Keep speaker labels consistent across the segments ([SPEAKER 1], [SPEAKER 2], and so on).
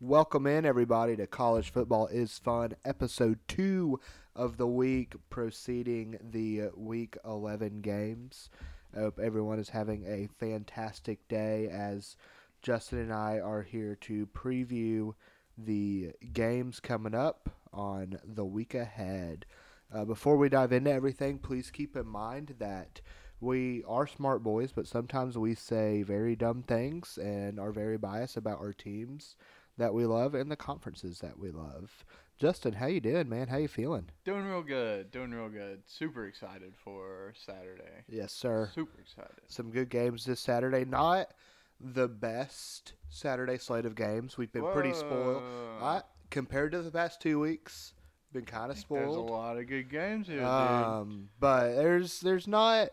[SPEAKER 1] Welcome in, everybody, to College Football is Fun, episode two of the week, preceding the week 11 games. I hope everyone is having a fantastic day as Justin and I are here to preview the games coming up on the week ahead. Uh, before we dive into everything, please keep in mind that we are smart boys, but sometimes we say very dumb things and are very biased about our teams that we love and the conferences that we love. Justin, how you doing, man? How you feeling?
[SPEAKER 2] Doing real good. Doing real good. Super excited for Saturday.
[SPEAKER 1] Yes, sir.
[SPEAKER 2] Super excited.
[SPEAKER 1] Some good games this Saturday. Not the best Saturday slate of games. We've been pretty spoiled.
[SPEAKER 2] Whoa.
[SPEAKER 1] I, compared to the past two weeks, been kind of spoiled.
[SPEAKER 2] There's a lot of good games here, dude.
[SPEAKER 1] Um, but there's there's not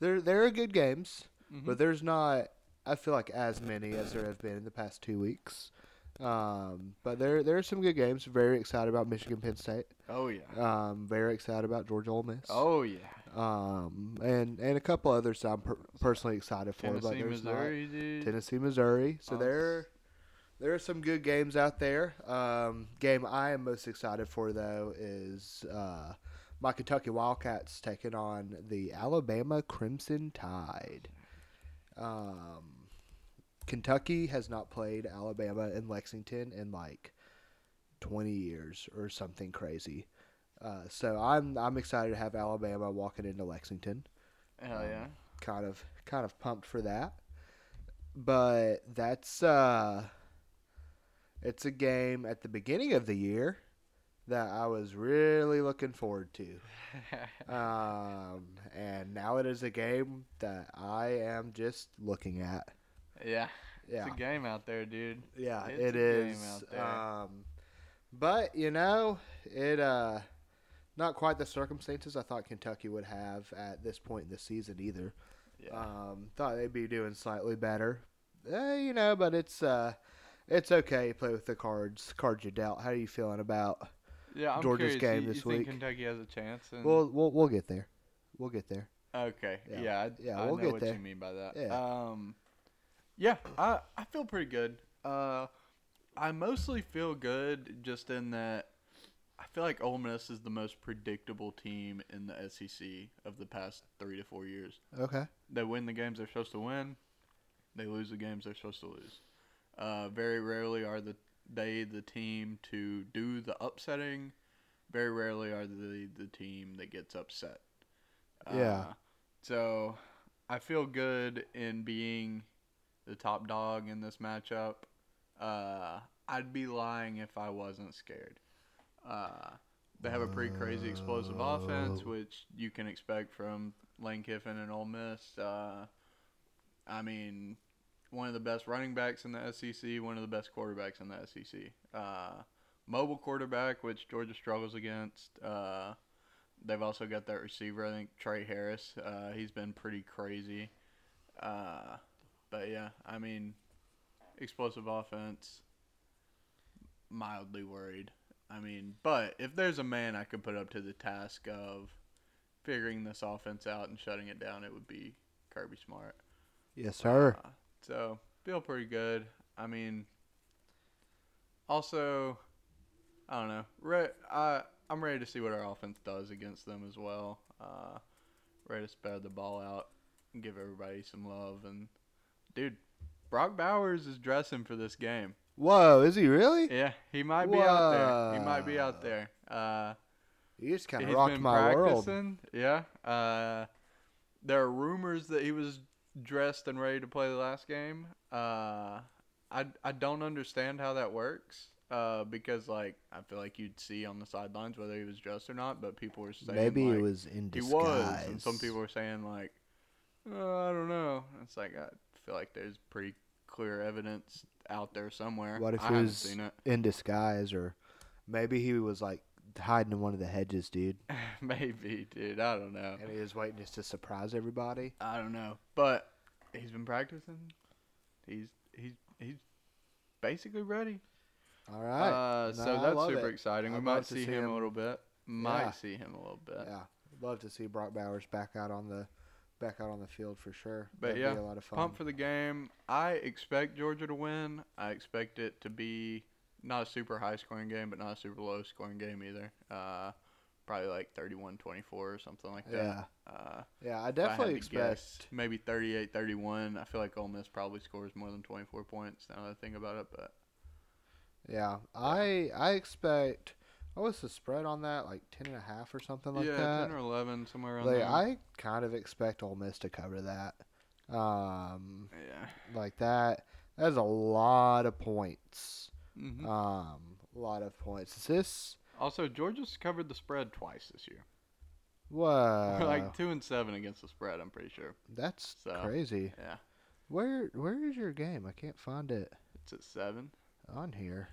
[SPEAKER 1] there there are good games,
[SPEAKER 2] Mm-hmm.
[SPEAKER 1] but there's not I feel like as many as there have been in the past two weeks. Um, but there there are some good games. Very excited about Michigan Penn State.
[SPEAKER 2] oh yeah.
[SPEAKER 1] Um, very excited about Georgia Ole Miss.
[SPEAKER 2] Oh yeah.
[SPEAKER 1] Um, and and a couple others I'm per- personally excited for. but
[SPEAKER 2] Tennessee,
[SPEAKER 1] there's
[SPEAKER 2] Missouri,
[SPEAKER 1] Not
[SPEAKER 2] dude.
[SPEAKER 1] Tennessee, Missouri. So
[SPEAKER 2] Oh.
[SPEAKER 1] there. There are some good games out there. Um, game I am most excited for though is uh, my Kentucky Wildcats taking on the Alabama Crimson Tide. Um, Kentucky has not played Alabama in Lexington in like 20 years or something crazy. Uh, so I'm I'm excited to have Alabama walking into Lexington
[SPEAKER 2] Hell
[SPEAKER 1] um,
[SPEAKER 2] yeah.
[SPEAKER 1] kind of kind of pumped for that. But that's uh it's a game at the beginning of the year that I was really looking forward to. Um and now it is a game that I am just looking at.
[SPEAKER 2] yeah.
[SPEAKER 1] Yeah.
[SPEAKER 2] It's a game out there, dude.
[SPEAKER 1] Yeah,
[SPEAKER 2] It's
[SPEAKER 1] it
[SPEAKER 2] a game
[SPEAKER 1] is.
[SPEAKER 2] out there.
[SPEAKER 1] Um, but you know, it uh, not quite the circumstances I thought Kentucky would have at this point in the season either.
[SPEAKER 2] Yeah.
[SPEAKER 1] Um, thought they'd be doing slightly better, eh, you know. But it's uh, it's okay. Play with the cards, cards you dealt. How are you feeling about?
[SPEAKER 2] yeah. I'm
[SPEAKER 1] Georgia's
[SPEAKER 2] curious.
[SPEAKER 1] game
[SPEAKER 2] you,
[SPEAKER 1] this
[SPEAKER 2] you
[SPEAKER 1] week.
[SPEAKER 2] think Kentucky has a chance? And,
[SPEAKER 1] We'll we'll we'll get there. We'll get there.
[SPEAKER 2] Okay.
[SPEAKER 1] Yeah.
[SPEAKER 2] Yeah. I,
[SPEAKER 1] Yeah,
[SPEAKER 2] I
[SPEAKER 1] we'll
[SPEAKER 2] know
[SPEAKER 1] get
[SPEAKER 2] what
[SPEAKER 1] there.
[SPEAKER 2] you mean by that.
[SPEAKER 1] Yeah.
[SPEAKER 2] Um, yeah. I I feel pretty good. Uh, I mostly feel good just in that I feel like Ole Miss is the most predictable team in the SEC of the past three to four years.
[SPEAKER 1] Okay.
[SPEAKER 2] They win the games they're supposed to win. They lose the games they're supposed to lose. Uh, very rarely are the they the team to do the upsetting. Very rarely are they the team that gets upset. Uh,
[SPEAKER 1] Yeah.
[SPEAKER 2] So I feel good in being the top dog in this matchup. Uh, I'd be lying if I wasn't scared. Uh, they have a pretty crazy explosive offense,
[SPEAKER 1] Whoa.
[SPEAKER 2] which you can expect from Lane Kiffin and Ole Miss. Uh, I mean, one of the best running backs in the SEC, one of the best quarterbacks in the SEC. Uh, mobile quarterback, which Georgia struggles against. Uh, they've also got that receiver, I think Trey Harris. Uh, he's been pretty crazy. Uh, but yeah, I mean, explosive offense. Mildly worried. I mean, but if there's a man I could put up to the task of figuring this offense out and shutting it down, it would be Kirby Smart.
[SPEAKER 1] Yes, sir.
[SPEAKER 2] Uh, so feel pretty good. I mean, also, I don't know. Re- I I'm ready to see what our offense does against them as well. Uh, ready to spread the ball out and give everybody some love. And dude, Brock Bowers is dressing for this game.
[SPEAKER 1] Whoa, is he really?
[SPEAKER 2] Yeah, he might be out there. He might be out
[SPEAKER 1] Whoa.
[SPEAKER 2] there. Uh,
[SPEAKER 1] You just kind of
[SPEAKER 2] He's
[SPEAKER 1] rocked
[SPEAKER 2] been
[SPEAKER 1] my world.
[SPEAKER 2] practicing. Yeah. Uh, there are rumors that he was dressed and ready to play the last game. Uh, I I don't understand how that works. Uh, because like I feel like you'd see on the sidelines whether he was dressed or not, but people were saying
[SPEAKER 1] Maybe
[SPEAKER 2] like,
[SPEAKER 1] it was in
[SPEAKER 2] he
[SPEAKER 1] disguise.
[SPEAKER 2] was, and some people were saying like, "Uh, I don't know. It's like I feel like there's pretty clear evidence out there somewhere.
[SPEAKER 1] What if
[SPEAKER 2] I
[SPEAKER 1] he
[SPEAKER 2] haven't
[SPEAKER 1] was-
[SPEAKER 2] seen it?
[SPEAKER 1] in disguise, or maybe he was like hiding in one of the hedges, dude.
[SPEAKER 2] Maybe, dude. I don't know.
[SPEAKER 1] And he was waiting just to surprise everybody.
[SPEAKER 2] I don't know, but he's been practicing. He's he's he's basically ready.
[SPEAKER 1] All right.
[SPEAKER 2] uh,
[SPEAKER 1] No,
[SPEAKER 2] so
[SPEAKER 1] I
[SPEAKER 2] that's
[SPEAKER 1] love
[SPEAKER 2] super
[SPEAKER 1] it.
[SPEAKER 2] exciting. We
[SPEAKER 1] I'd love
[SPEAKER 2] might
[SPEAKER 1] to
[SPEAKER 2] see
[SPEAKER 1] see
[SPEAKER 2] him,
[SPEAKER 1] him.
[SPEAKER 2] a little bit. Might
[SPEAKER 1] Yeah.
[SPEAKER 2] see him a little bit.
[SPEAKER 1] yeah, love to see Brock Bowers back out on the back out on the field for sure.
[SPEAKER 2] But
[SPEAKER 1] That'd
[SPEAKER 2] yeah,
[SPEAKER 1] be a lot of fun.
[SPEAKER 2] Pump for the game. I expect Georgia to win. I expect it to be not a super high scoring game, but not a super low scoring game either. Uh, probably like 31 24 or something like that.
[SPEAKER 1] Yeah.
[SPEAKER 2] Uh,
[SPEAKER 1] Yeah, I
[SPEAKER 2] if I had
[SPEAKER 1] definitely
[SPEAKER 2] to
[SPEAKER 1] expect.
[SPEAKER 2] guess, maybe 38 31. I feel like Ole Miss probably scores more than 24 points now that I think about it, but
[SPEAKER 1] Yeah, I I expect. What was the spread on that? Like ten and a half or something like
[SPEAKER 2] yeah,
[SPEAKER 1] that.
[SPEAKER 2] 10 or 11, somewhere around
[SPEAKER 1] Like,
[SPEAKER 2] there.
[SPEAKER 1] I kind of expect Ole Miss to cover that. Um,
[SPEAKER 2] yeah.
[SPEAKER 1] like that. That's a lot of points.
[SPEAKER 2] hmm
[SPEAKER 1] Um, a lot of points. Is this
[SPEAKER 2] Also, Georgia's covered the spread twice this year.
[SPEAKER 1] what? Uh,
[SPEAKER 2] We're like two and seven against the spread. I'm pretty sure.
[SPEAKER 1] That's
[SPEAKER 2] so,
[SPEAKER 1] crazy.
[SPEAKER 2] yeah.
[SPEAKER 1] Where Where is your game? I can't find it
[SPEAKER 2] It's at seven.
[SPEAKER 1] on here.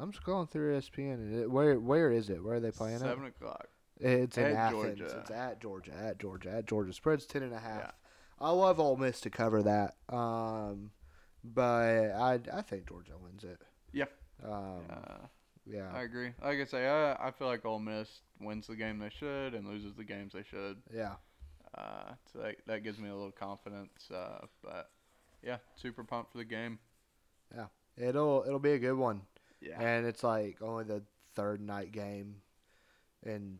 [SPEAKER 1] I'm scrolling through E ESPN. and it- Where Where is it? Where are they playing it?
[SPEAKER 2] seven o'clock.
[SPEAKER 1] It's in
[SPEAKER 2] At
[SPEAKER 1] Athens.
[SPEAKER 2] Georgia.
[SPEAKER 1] It's at Georgia. At Georgia. At Georgia. Spreads ten and a half.
[SPEAKER 2] Yeah.
[SPEAKER 1] I love Ole Miss to cover that. Um, but I I think Georgia wins it.
[SPEAKER 2] Yeah.
[SPEAKER 1] Um,
[SPEAKER 2] Uh,
[SPEAKER 1] yeah.
[SPEAKER 2] I agree. Like I say, I, I feel like Ole Miss wins the game they should and loses the games they should.
[SPEAKER 1] Yeah.
[SPEAKER 2] Uh, so that, that gives me a little confidence. Uh, but yeah, super pumped for the game.
[SPEAKER 1] It'll it'll be a good one.
[SPEAKER 2] Yeah.
[SPEAKER 1] And it's like only the third night game in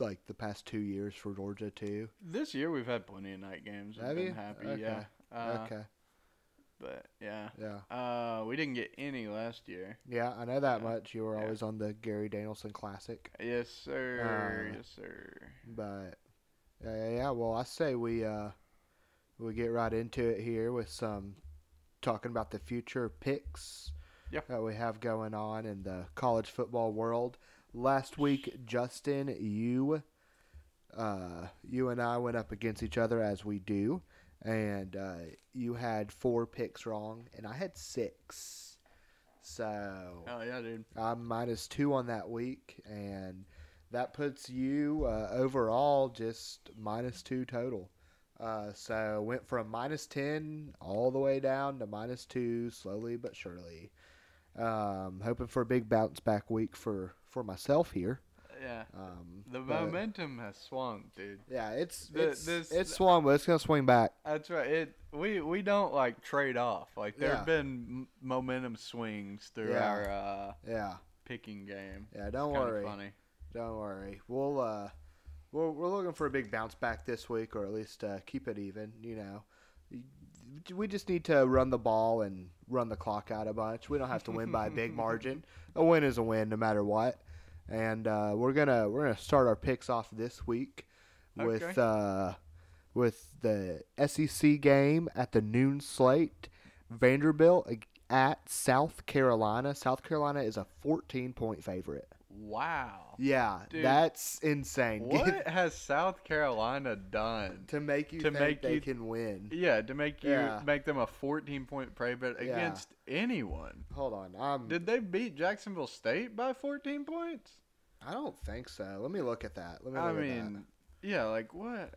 [SPEAKER 1] like the past two years for Georgia too.
[SPEAKER 2] This year we've had plenty of night games. I've
[SPEAKER 1] Have
[SPEAKER 2] been
[SPEAKER 1] you?
[SPEAKER 2] happy.
[SPEAKER 1] Okay.
[SPEAKER 2] Yeah. Uh,
[SPEAKER 1] okay.
[SPEAKER 2] But yeah.
[SPEAKER 1] Yeah.
[SPEAKER 2] Uh, we didn't get any last year.
[SPEAKER 1] Yeah, I know that
[SPEAKER 2] yeah.
[SPEAKER 1] much. You were
[SPEAKER 2] Yeah.
[SPEAKER 1] always on the Gary Danielson classic.
[SPEAKER 2] Yes, sir.
[SPEAKER 1] Uh,
[SPEAKER 2] yes, sir.
[SPEAKER 1] But uh, yeah, well, I say we uh, we get right into it here with some talking about the future picks
[SPEAKER 2] Yeah.
[SPEAKER 1] that we have going on in the college football world. Last week, Justin, you uh, you and I went up against each other as we do, and uh, you had four picks wrong, and I had six. So
[SPEAKER 2] Oh yeah, dude.
[SPEAKER 1] I'm minus two on that week, and that puts you uh, overall just minus two total. Uh, so went from minus ten all the way down to minus two, slowly but surely. Um, hoping for a big bounce back week for for myself here.
[SPEAKER 2] Yeah.
[SPEAKER 1] Um,
[SPEAKER 2] The
[SPEAKER 1] but-
[SPEAKER 2] momentum has swung, dude.
[SPEAKER 1] yeah, it's
[SPEAKER 2] The-
[SPEAKER 1] it's
[SPEAKER 2] this-
[SPEAKER 1] it's swung, but it's gonna swing back.
[SPEAKER 2] That's right. It we we don't like trade off. Like there
[SPEAKER 1] Yeah.
[SPEAKER 2] have been m- momentum swings through
[SPEAKER 1] Yeah.
[SPEAKER 2] our uh,
[SPEAKER 1] Yeah,
[SPEAKER 2] picking game.
[SPEAKER 1] yeah. Don't
[SPEAKER 2] Kinda
[SPEAKER 1] worry.
[SPEAKER 2] Funny.
[SPEAKER 1] Don't worry. We'll uh, we're we're looking for a big bounce back this week, or at least uh, keep it even. You know, we just need to run the ball and run the clock out a bunch. We don't have to win by a big margin. A win is a win, no matter what. And uh, we're gonna we're gonna start our picks off this week with
[SPEAKER 2] Okay.
[SPEAKER 1] uh, with the SEC game at the noon slate. Vanderbilt ag- at South Carolina. South Carolina is a 14 point favorite.
[SPEAKER 2] Wow.
[SPEAKER 1] Yeah,
[SPEAKER 2] Dude.
[SPEAKER 1] that's insane. Get-
[SPEAKER 2] What has South Carolina done?
[SPEAKER 1] to make you
[SPEAKER 2] To
[SPEAKER 1] think
[SPEAKER 2] make
[SPEAKER 1] they
[SPEAKER 2] you-
[SPEAKER 1] can win.
[SPEAKER 2] Yeah, to make you
[SPEAKER 1] Yeah.
[SPEAKER 2] make them a 14 point favorite
[SPEAKER 1] Yeah.
[SPEAKER 2] against anyone.
[SPEAKER 1] Hold on, um,
[SPEAKER 2] Did they beat Jacksonville State by 14 points?
[SPEAKER 1] I don't think so. Let me look at that. Let me look
[SPEAKER 2] I
[SPEAKER 1] at
[SPEAKER 2] mean,
[SPEAKER 1] that.
[SPEAKER 2] yeah, like what?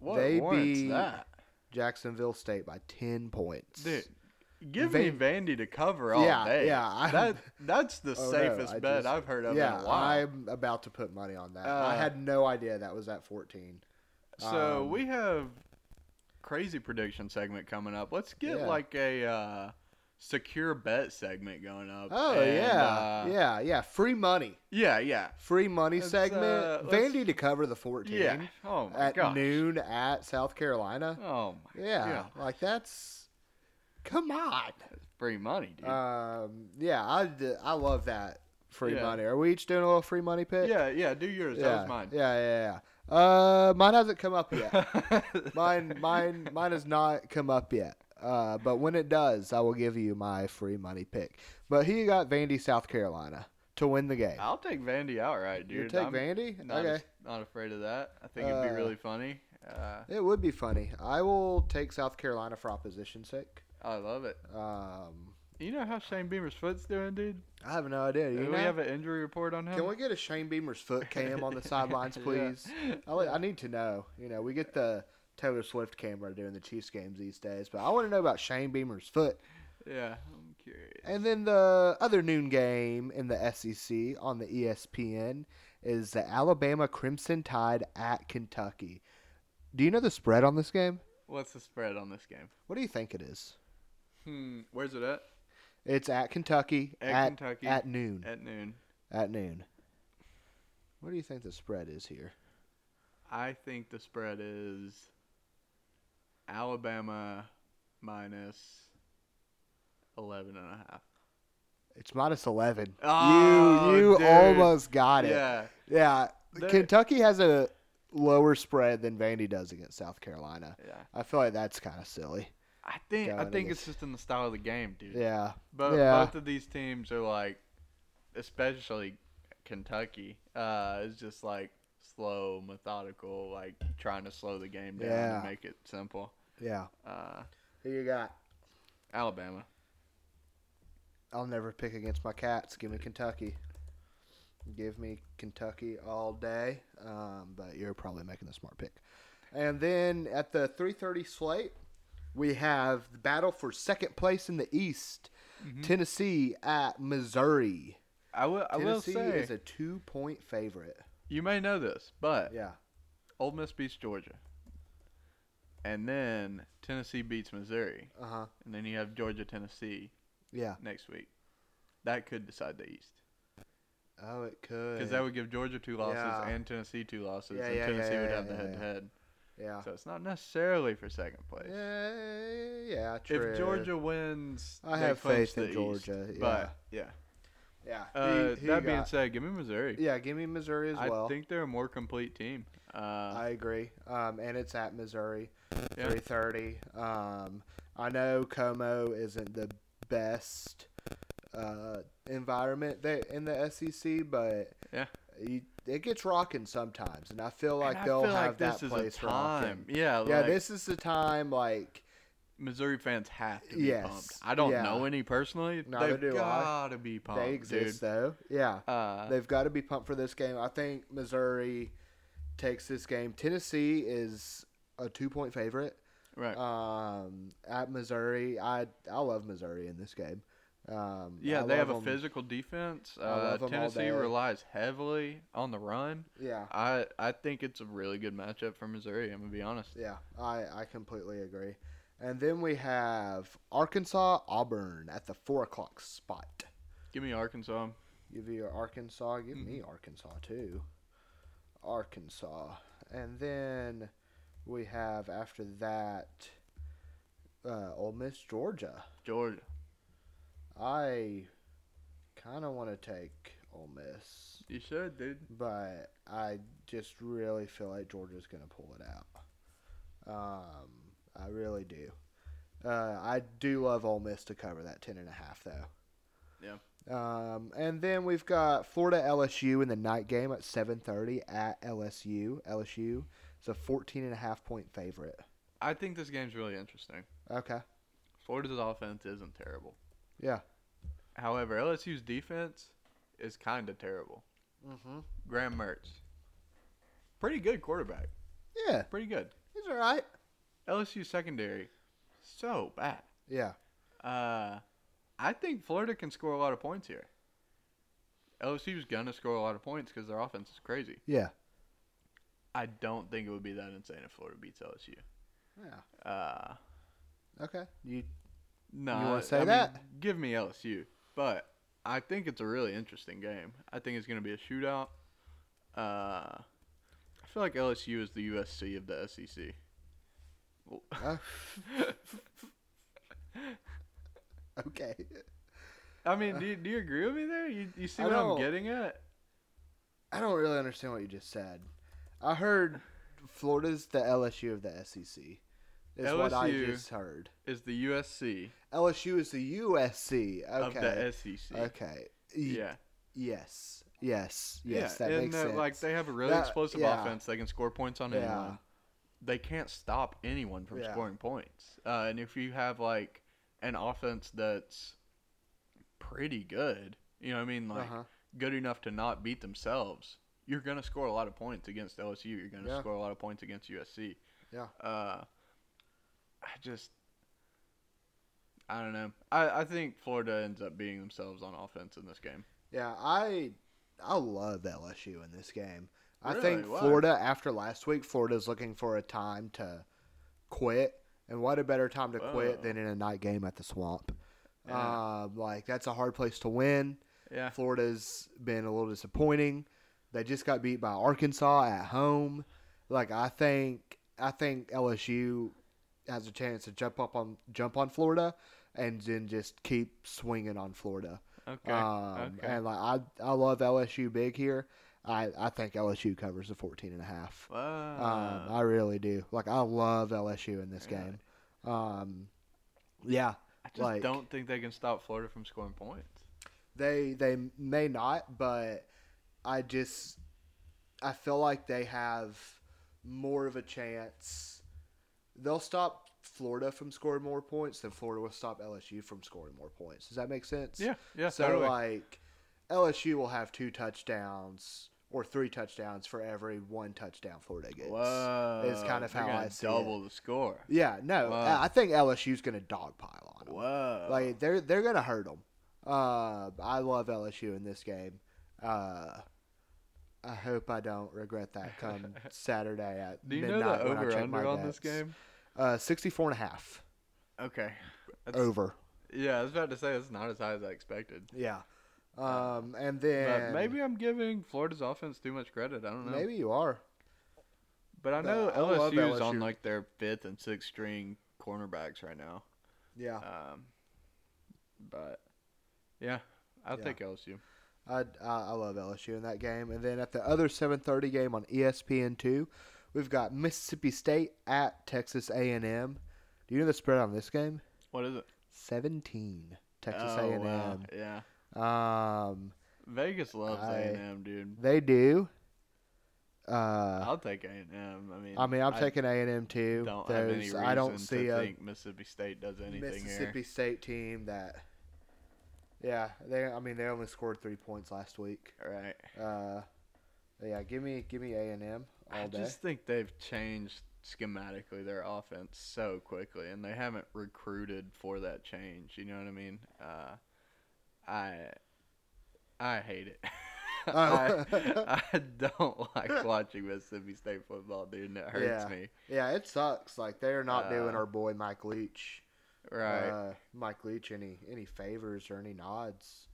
[SPEAKER 2] What
[SPEAKER 1] They
[SPEAKER 2] warrants
[SPEAKER 1] beat-
[SPEAKER 2] that,
[SPEAKER 1] Jacksonville State by ten points.
[SPEAKER 2] dude? Give me Vandy to cover all
[SPEAKER 1] Yeah,
[SPEAKER 2] day.
[SPEAKER 1] yeah, I'm-
[SPEAKER 2] that that's the
[SPEAKER 1] Oh, no,
[SPEAKER 2] safest
[SPEAKER 1] I
[SPEAKER 2] bet
[SPEAKER 1] just-
[SPEAKER 2] I've heard of
[SPEAKER 1] yeah,
[SPEAKER 2] in a while.
[SPEAKER 1] I'm about to put money on that. I
[SPEAKER 2] Uh,
[SPEAKER 1] had no idea that was at fourteen.
[SPEAKER 2] So
[SPEAKER 1] um,
[SPEAKER 2] we have crazy prediction segment coming up. Let's get
[SPEAKER 1] Yeah.
[SPEAKER 2] like a uh, secure bet segment going up.
[SPEAKER 1] Oh
[SPEAKER 2] and,
[SPEAKER 1] yeah,
[SPEAKER 2] uh,
[SPEAKER 1] yeah, yeah. Free money,
[SPEAKER 2] yeah, yeah,
[SPEAKER 1] free money
[SPEAKER 2] Let's,
[SPEAKER 1] segment.
[SPEAKER 2] uh, let's-
[SPEAKER 1] Vandy to cover the fourteen
[SPEAKER 2] yeah. Oh my
[SPEAKER 1] at
[SPEAKER 2] gosh.
[SPEAKER 1] noon at South Carolina.
[SPEAKER 2] Oh my,
[SPEAKER 1] Yeah,
[SPEAKER 2] Yeah.
[SPEAKER 1] like that's come on.
[SPEAKER 2] that's free money, dude.
[SPEAKER 1] Um, yeah, I, d- I love that free
[SPEAKER 2] Yeah.
[SPEAKER 1] money. Are we each doing a little free money pick?
[SPEAKER 2] yeah, yeah. Do yours.
[SPEAKER 1] yeah,
[SPEAKER 2] That was mine.
[SPEAKER 1] Yeah, yeah, yeah. Uh, mine hasn't come up yet. mine, mine, mine has not come up yet. Uh, but when it does, I will give you my free money pick. But he got Vandy, South Carolina, to win the game.
[SPEAKER 2] I'll take Vandy outright, dude.
[SPEAKER 1] you take
[SPEAKER 2] I'm
[SPEAKER 1] Vandy?
[SPEAKER 2] Not,
[SPEAKER 1] Okay,
[SPEAKER 2] as- not afraid of that. I think it'd be
[SPEAKER 1] Uh,
[SPEAKER 2] really funny. Uh,
[SPEAKER 1] it would be funny. I will take South Carolina for opposition's sake.
[SPEAKER 2] I love it.
[SPEAKER 1] Um,
[SPEAKER 2] You know how Shane Beamer's foot's doing, dude?
[SPEAKER 1] I have no idea. You
[SPEAKER 2] Do
[SPEAKER 1] know?
[SPEAKER 2] we have an injury report on him?
[SPEAKER 1] Can we get a Shane Beamer's foot cam on the sidelines,
[SPEAKER 2] Yeah.
[SPEAKER 1] please? I, li- I need to know. You know, we get the Taylor Swift camera during the Chiefs games these days, but I want to know about Shane Beamer's foot.
[SPEAKER 2] Yeah, I'm curious.
[SPEAKER 1] And then the other noon game in the SEC on the E ESPN is the Alabama Crimson Tide at Kentucky. Do you know the spread on this game?
[SPEAKER 2] What's the spread on this game?
[SPEAKER 1] What do you think it is?
[SPEAKER 2] Hmm, where's it at?
[SPEAKER 1] It's at Kentucky
[SPEAKER 2] At
[SPEAKER 1] at,
[SPEAKER 2] Kentucky.
[SPEAKER 1] at noon.
[SPEAKER 2] at noon.
[SPEAKER 1] At noon. What do you think the spread is here?
[SPEAKER 2] I think the spread is Alabama minus 11 and a half.
[SPEAKER 1] It's minus eleven.
[SPEAKER 2] Oh,
[SPEAKER 1] you you
[SPEAKER 2] dude.
[SPEAKER 1] almost got it.
[SPEAKER 2] Yeah.
[SPEAKER 1] Yeah,
[SPEAKER 2] They're-
[SPEAKER 1] Kentucky has a lower spread than Vandy does against South Carolina.
[SPEAKER 2] Yeah.
[SPEAKER 1] I feel like that's kind of silly.
[SPEAKER 2] I think I
[SPEAKER 1] Going
[SPEAKER 2] think
[SPEAKER 1] against-
[SPEAKER 2] it's just in the style of the game, dude.
[SPEAKER 1] Yeah,
[SPEAKER 2] Both
[SPEAKER 1] Yeah.
[SPEAKER 2] both of these teams are like, especially Kentucky, uh, is just like slow, methodical, like trying to slow the game down
[SPEAKER 1] Yeah.
[SPEAKER 2] and make it simple.
[SPEAKER 1] yeah.
[SPEAKER 2] Uh,
[SPEAKER 1] Who you got?
[SPEAKER 2] Alabama.
[SPEAKER 1] I'll never pick against my cats. Give me Kentucky. Give me Kentucky all day. Um, but you're probably making the smart pick. And then at the 3:30 slate, we have the battle for second place in the East. Tennessee at Missouri.
[SPEAKER 2] I will. Mm-hmm. I will
[SPEAKER 1] Tennessee
[SPEAKER 2] say
[SPEAKER 1] is a two-point favorite.
[SPEAKER 2] you may know this, but
[SPEAKER 1] Yeah.
[SPEAKER 2] Ole Miss beats Georgia, and then Tennessee beats Missouri,
[SPEAKER 1] Uh huh.
[SPEAKER 2] and then you have Georgia Tennessee
[SPEAKER 1] Yeah.
[SPEAKER 2] next week. That could decide the East.
[SPEAKER 1] Oh, it could.
[SPEAKER 2] Because that would give Georgia two losses
[SPEAKER 1] Yeah.
[SPEAKER 2] and Tennessee two losses,
[SPEAKER 1] Yeah,
[SPEAKER 2] and
[SPEAKER 1] yeah, yeah,
[SPEAKER 2] Tennessee would
[SPEAKER 1] yeah,
[SPEAKER 2] have the
[SPEAKER 1] yeah, Uh. yeah.
[SPEAKER 2] head to head.
[SPEAKER 1] yeah.
[SPEAKER 2] So it's not necessarily for second place.
[SPEAKER 1] yeah. Yeah. True.
[SPEAKER 2] if Georgia wins,
[SPEAKER 1] I
[SPEAKER 2] they
[SPEAKER 1] have
[SPEAKER 2] clinch
[SPEAKER 1] faith in
[SPEAKER 2] the East.
[SPEAKER 1] Georgia,
[SPEAKER 2] But yeah,
[SPEAKER 1] Yeah. Who-
[SPEAKER 2] uh,
[SPEAKER 1] who you
[SPEAKER 2] that being
[SPEAKER 1] got?
[SPEAKER 2] said, give me Missouri.
[SPEAKER 1] Yeah, give me Missouri as well.
[SPEAKER 2] I think they're a more complete team. Uh,
[SPEAKER 1] I agree. Um, and it's at Missouri,
[SPEAKER 2] Yeah.
[SPEAKER 1] three thirty. Um, I know Como isn't the best uh, environment that in the SEC, but
[SPEAKER 2] Yeah.
[SPEAKER 1] you, it gets rocking sometimes, and I feel
[SPEAKER 2] and
[SPEAKER 1] like
[SPEAKER 2] I
[SPEAKER 1] they'll
[SPEAKER 2] feel
[SPEAKER 1] have
[SPEAKER 2] like
[SPEAKER 1] that
[SPEAKER 2] this
[SPEAKER 1] place
[SPEAKER 2] is a time.
[SPEAKER 1] rocking.
[SPEAKER 2] Yeah,
[SPEAKER 1] yeah,
[SPEAKER 2] like,
[SPEAKER 1] this is the time. Like,
[SPEAKER 2] Missouri fans have to be
[SPEAKER 1] Yes,
[SPEAKER 2] pumped. I don't
[SPEAKER 1] yeah.
[SPEAKER 2] know any personally.
[SPEAKER 1] Neither
[SPEAKER 2] They've
[SPEAKER 1] do I.
[SPEAKER 2] gotta be pumped,
[SPEAKER 1] they exist though. Yeah,
[SPEAKER 2] dude. Uh,
[SPEAKER 1] they've got to be pumped for this game. I think Missouri takes this game. Tennessee is a two-point favorite.
[SPEAKER 2] right.
[SPEAKER 1] um, at Missouri. I I love Missouri in this game. Um,
[SPEAKER 2] Yeah,
[SPEAKER 1] I
[SPEAKER 2] they have a
[SPEAKER 1] love 'em.
[SPEAKER 2] physical defense. Uh,
[SPEAKER 1] love 'em all
[SPEAKER 2] Tennessee
[SPEAKER 1] day.
[SPEAKER 2] relies heavily on the run.
[SPEAKER 1] Yeah,
[SPEAKER 2] I I think it's a really good matchup for Missouri. I'm gonna be honest.
[SPEAKER 1] yeah, I I completely agree. And then we have Arkansas Auburn at the four o'clock spot.
[SPEAKER 2] Give me Arkansas.
[SPEAKER 1] Give you Arkansas. Give me Arkansas too. Arkansas, and then we have after that, uh, Ole Miss Georgia.
[SPEAKER 2] Georgia.
[SPEAKER 1] I kind of want to take Ole Miss.
[SPEAKER 2] You should, dude.
[SPEAKER 1] but I just really feel like Georgia's going to pull it out. Um, I really do. Uh, I do love Ole Miss to cover that ten and a half though.
[SPEAKER 2] Yeah.
[SPEAKER 1] Um, and then we've got Florida LSU in the night game at seven thirty at LSU. LSU is a fourteen and a half point favorite.
[SPEAKER 2] I think this game's really interesting.
[SPEAKER 1] Okay.
[SPEAKER 2] Florida's offense isn't terrible.
[SPEAKER 1] Yeah.
[SPEAKER 2] However, LSU's defense is kind of terrible.
[SPEAKER 1] Mm-hmm.
[SPEAKER 2] Graham Mertz, pretty good quarterback.
[SPEAKER 1] Yeah,
[SPEAKER 2] Pretty good.
[SPEAKER 1] he's all right.
[SPEAKER 2] LSU secondary, so bad.
[SPEAKER 1] Yeah.
[SPEAKER 2] Uh, I think Florida can score a lot of points here. LSU's gonna score a lot of points because their offense is crazy.
[SPEAKER 1] Yeah.
[SPEAKER 2] I don't think it would be that insane if Florida beats LSU.
[SPEAKER 1] Yeah.
[SPEAKER 2] Uh,
[SPEAKER 1] Okay. You.
[SPEAKER 2] no,
[SPEAKER 1] You wanna
[SPEAKER 2] I-
[SPEAKER 1] say
[SPEAKER 2] I mean,
[SPEAKER 1] that?
[SPEAKER 2] give me LSU, but I think it's a really interesting game. I think it's gonna be a shootout. Uh, I feel like LSU is the USC of the E SEC.
[SPEAKER 1] Uh, okay.
[SPEAKER 2] I mean, do you, do you agree with me there? You, you see
[SPEAKER 1] I
[SPEAKER 2] what I'm
[SPEAKER 1] don't-
[SPEAKER 2] getting at?
[SPEAKER 1] I don't really understand what you just said. I heard Florida's the LSU of the SEC. Is what I
[SPEAKER 2] LSU.
[SPEAKER 1] just heard.
[SPEAKER 2] Is the USC
[SPEAKER 1] LSU is the USC.
[SPEAKER 2] of
[SPEAKER 1] Okay.
[SPEAKER 2] the SEC?
[SPEAKER 1] Okay. Y-
[SPEAKER 2] Yeah.
[SPEAKER 1] Yes. Yes. Yes.
[SPEAKER 2] yeah,
[SPEAKER 1] That
[SPEAKER 2] and
[SPEAKER 1] makes
[SPEAKER 2] that,
[SPEAKER 1] sense.
[SPEAKER 2] Like they have a really
[SPEAKER 1] That-
[SPEAKER 2] explosive
[SPEAKER 1] yeah.
[SPEAKER 2] offense. They can score points on
[SPEAKER 1] Yeah.
[SPEAKER 2] anyone. They can't stop anyone from
[SPEAKER 1] Yeah.
[SPEAKER 2] scoring points. Uh, and if you have like an offense that's pretty good, you know, what I mean, like
[SPEAKER 1] Uh-huh.
[SPEAKER 2] good enough to not beat themselves, you're gonna score a lot of points against LSU. You're gonna
[SPEAKER 1] Yeah.
[SPEAKER 2] score a lot of points against USC.
[SPEAKER 1] Yeah.
[SPEAKER 2] Uh, I just. I don't know. I, I think Florida ends up beating themselves on offense in this game.
[SPEAKER 1] Yeah. I I love LSU in this game. I
[SPEAKER 2] Really?
[SPEAKER 1] think
[SPEAKER 2] Why?
[SPEAKER 1] Florida after last week, Florida's looking for a time to quit, and what a better time to quit
[SPEAKER 2] Wow.
[SPEAKER 1] than in a night game at the Swamp.
[SPEAKER 2] Yeah.
[SPEAKER 1] Um, like that's a hard place to win.
[SPEAKER 2] Yeah.
[SPEAKER 1] Florida's been a little disappointing. They just got beat by Arkansas at home. Like I think I think LSU has a chance to jump up on jump on Florida and then just keep swinging on Florida.
[SPEAKER 2] Okay.
[SPEAKER 1] Um,
[SPEAKER 2] okay.
[SPEAKER 1] And like I I love LSU big here. I I think LSU covers the 14 and a half. Um,
[SPEAKER 2] Wow.
[SPEAKER 1] I really do. Like I love LSU in this
[SPEAKER 2] Really?
[SPEAKER 1] game. Um, yeah,
[SPEAKER 2] I just
[SPEAKER 1] like-
[SPEAKER 2] don't think they can stop Florida from scoring points.
[SPEAKER 1] they they may not, but I just I feel like they have more of a chance. They'll stop Florida from scoring more points than Florida will stop LSU from scoring more points. Does that make sense?
[SPEAKER 2] Yeah. Yeah.
[SPEAKER 1] so
[SPEAKER 2] totally.
[SPEAKER 1] like LSU will have two touchdowns or three touchdowns for every one touchdown Florida gets.
[SPEAKER 2] Whoa.
[SPEAKER 1] is kind of
[SPEAKER 2] they're
[SPEAKER 1] how
[SPEAKER 2] gonna
[SPEAKER 1] I see it.
[SPEAKER 2] double the score.
[SPEAKER 1] Yeah, no,
[SPEAKER 2] Wow.
[SPEAKER 1] I I think LSU's going to dogpile on them.
[SPEAKER 2] Whoa.
[SPEAKER 1] Like they're they're going to hurt them. Uh, I love LSU in this game. Uh, I hope I don't regret that come Saturday at
[SPEAKER 2] Do you know
[SPEAKER 1] midnight
[SPEAKER 2] the
[SPEAKER 1] when I
[SPEAKER 2] over
[SPEAKER 1] check my
[SPEAKER 2] under on this
[SPEAKER 1] bets.
[SPEAKER 2] game?
[SPEAKER 1] Uh, 64 and a half
[SPEAKER 2] Okay. That's,
[SPEAKER 1] over.
[SPEAKER 2] Yeah, I was about to say it's not as high as I expected.
[SPEAKER 1] Yeah. Um, and
[SPEAKER 2] But
[SPEAKER 1] then
[SPEAKER 2] maybe I'm giving Florida's offense too much credit. I don't know.
[SPEAKER 1] maybe you are.
[SPEAKER 2] But I
[SPEAKER 1] but
[SPEAKER 2] know
[SPEAKER 1] I love
[SPEAKER 2] LSU's
[SPEAKER 1] LSU.
[SPEAKER 2] on like their fifth and sixth string cornerbacks right now.
[SPEAKER 1] Yeah.
[SPEAKER 2] Um, but yeah, I
[SPEAKER 1] Yeah.
[SPEAKER 2] think LSU.
[SPEAKER 1] I, I I love LSU in that game. And then at the other 7:30 game on E ESPN two, we've got Mississippi State at Texas A&M. Do you know the spread on this game?
[SPEAKER 2] What is it?
[SPEAKER 1] 17 Texas
[SPEAKER 2] Oh,
[SPEAKER 1] A&M.
[SPEAKER 2] wow. Yeah,
[SPEAKER 1] Um,
[SPEAKER 2] Vegas loves
[SPEAKER 1] I-
[SPEAKER 2] A and M, dude.
[SPEAKER 1] they do. Uh,
[SPEAKER 2] I'll take A and M. I mean,
[SPEAKER 1] I mean, I'm
[SPEAKER 2] I
[SPEAKER 1] taking A&M too.
[SPEAKER 2] Don't have any
[SPEAKER 1] Those
[SPEAKER 2] reason
[SPEAKER 1] I don't see
[SPEAKER 2] to
[SPEAKER 1] a
[SPEAKER 2] think Mississippi State does anything
[SPEAKER 1] Mississippi
[SPEAKER 2] here.
[SPEAKER 1] State team that. Yeah, they. I mean, they only scored three points last week.
[SPEAKER 2] All right.
[SPEAKER 1] Uh, yeah, give me give me A&M all
[SPEAKER 2] I
[SPEAKER 1] day.
[SPEAKER 2] just think they've changed schematically their offense so quickly, and they haven't recruited for that change. You know what I mean? Uh, I I hate it. I, I don't like watching Mississippi State football, dude. And it hurts
[SPEAKER 1] Yeah.
[SPEAKER 2] me.
[SPEAKER 1] Yeah, it sucks. Like they are not doing
[SPEAKER 2] Uh,
[SPEAKER 1] our boy Mike Leach,
[SPEAKER 2] Right.
[SPEAKER 1] uh, Mike Leach, any any favors or any nods.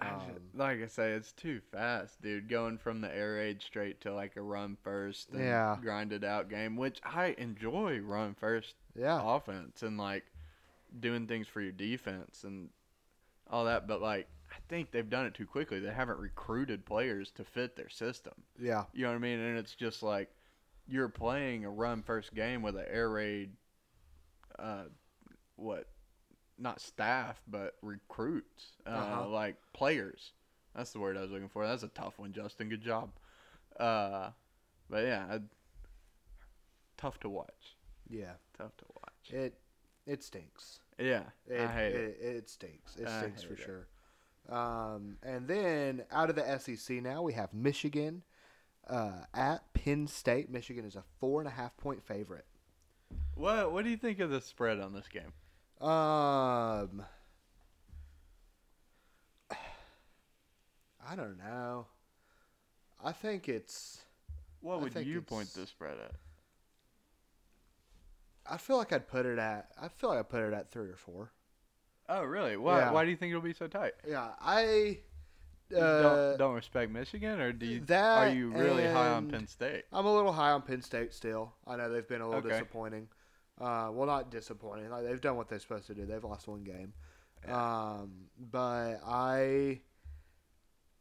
[SPEAKER 2] I ju-
[SPEAKER 1] um,
[SPEAKER 2] like I say, it's too fast, dude. Going from the air raid straight to like a run first and
[SPEAKER 1] Yeah.
[SPEAKER 2] grind it out game, which I enjoy run first
[SPEAKER 1] Yeah,
[SPEAKER 2] offense and like doing things for your defense and all that. But like, I think they've done it too quickly. They haven't recruited players to fit their system.
[SPEAKER 1] yeah,
[SPEAKER 2] You know what I mean? And it's just like you're playing a run first game with an air raid, uh, what? Not staff, but recruits, uh,
[SPEAKER 1] Uh-huh.
[SPEAKER 2] like players. That's the word I was looking for. That's a tough one, Justin. Good job. Uh, but yeah, I, tough to watch.
[SPEAKER 1] yeah.
[SPEAKER 2] Tough to watch.
[SPEAKER 1] It it stinks.
[SPEAKER 2] Yeah,
[SPEAKER 1] It,
[SPEAKER 2] I hate it.
[SPEAKER 1] it, it. stinks. It
[SPEAKER 2] I
[SPEAKER 1] stinks
[SPEAKER 2] hate
[SPEAKER 1] for
[SPEAKER 2] it.
[SPEAKER 1] sure. Um, and then out of the SEC now we have Michigan uh, at Penn State. Michigan is a four and a half point favorite.
[SPEAKER 2] What What do you think of the spread on this game?
[SPEAKER 1] Um, I don't know. I think it's. I
[SPEAKER 2] What would
[SPEAKER 1] think
[SPEAKER 2] you point
[SPEAKER 1] it's-
[SPEAKER 2] the spread at?
[SPEAKER 1] I feel like I'd put it at. I feel like I put it at three or four.
[SPEAKER 2] Oh, really? Why
[SPEAKER 1] Yeah.
[SPEAKER 2] Why do you think it'll be so tight?
[SPEAKER 1] Yeah, I.
[SPEAKER 2] You
[SPEAKER 1] Uh,
[SPEAKER 2] don't, don't respect Michigan, or do you?
[SPEAKER 1] that
[SPEAKER 2] are you really high on
[SPEAKER 1] and-
[SPEAKER 2] Penn State?
[SPEAKER 1] I'm a little high on Penn State still. I know they've been a little
[SPEAKER 2] Okay.
[SPEAKER 1] disappointing. Uh, well, not disappointing. Like they've done what they're supposed to do. They've lost one game. Um, but I,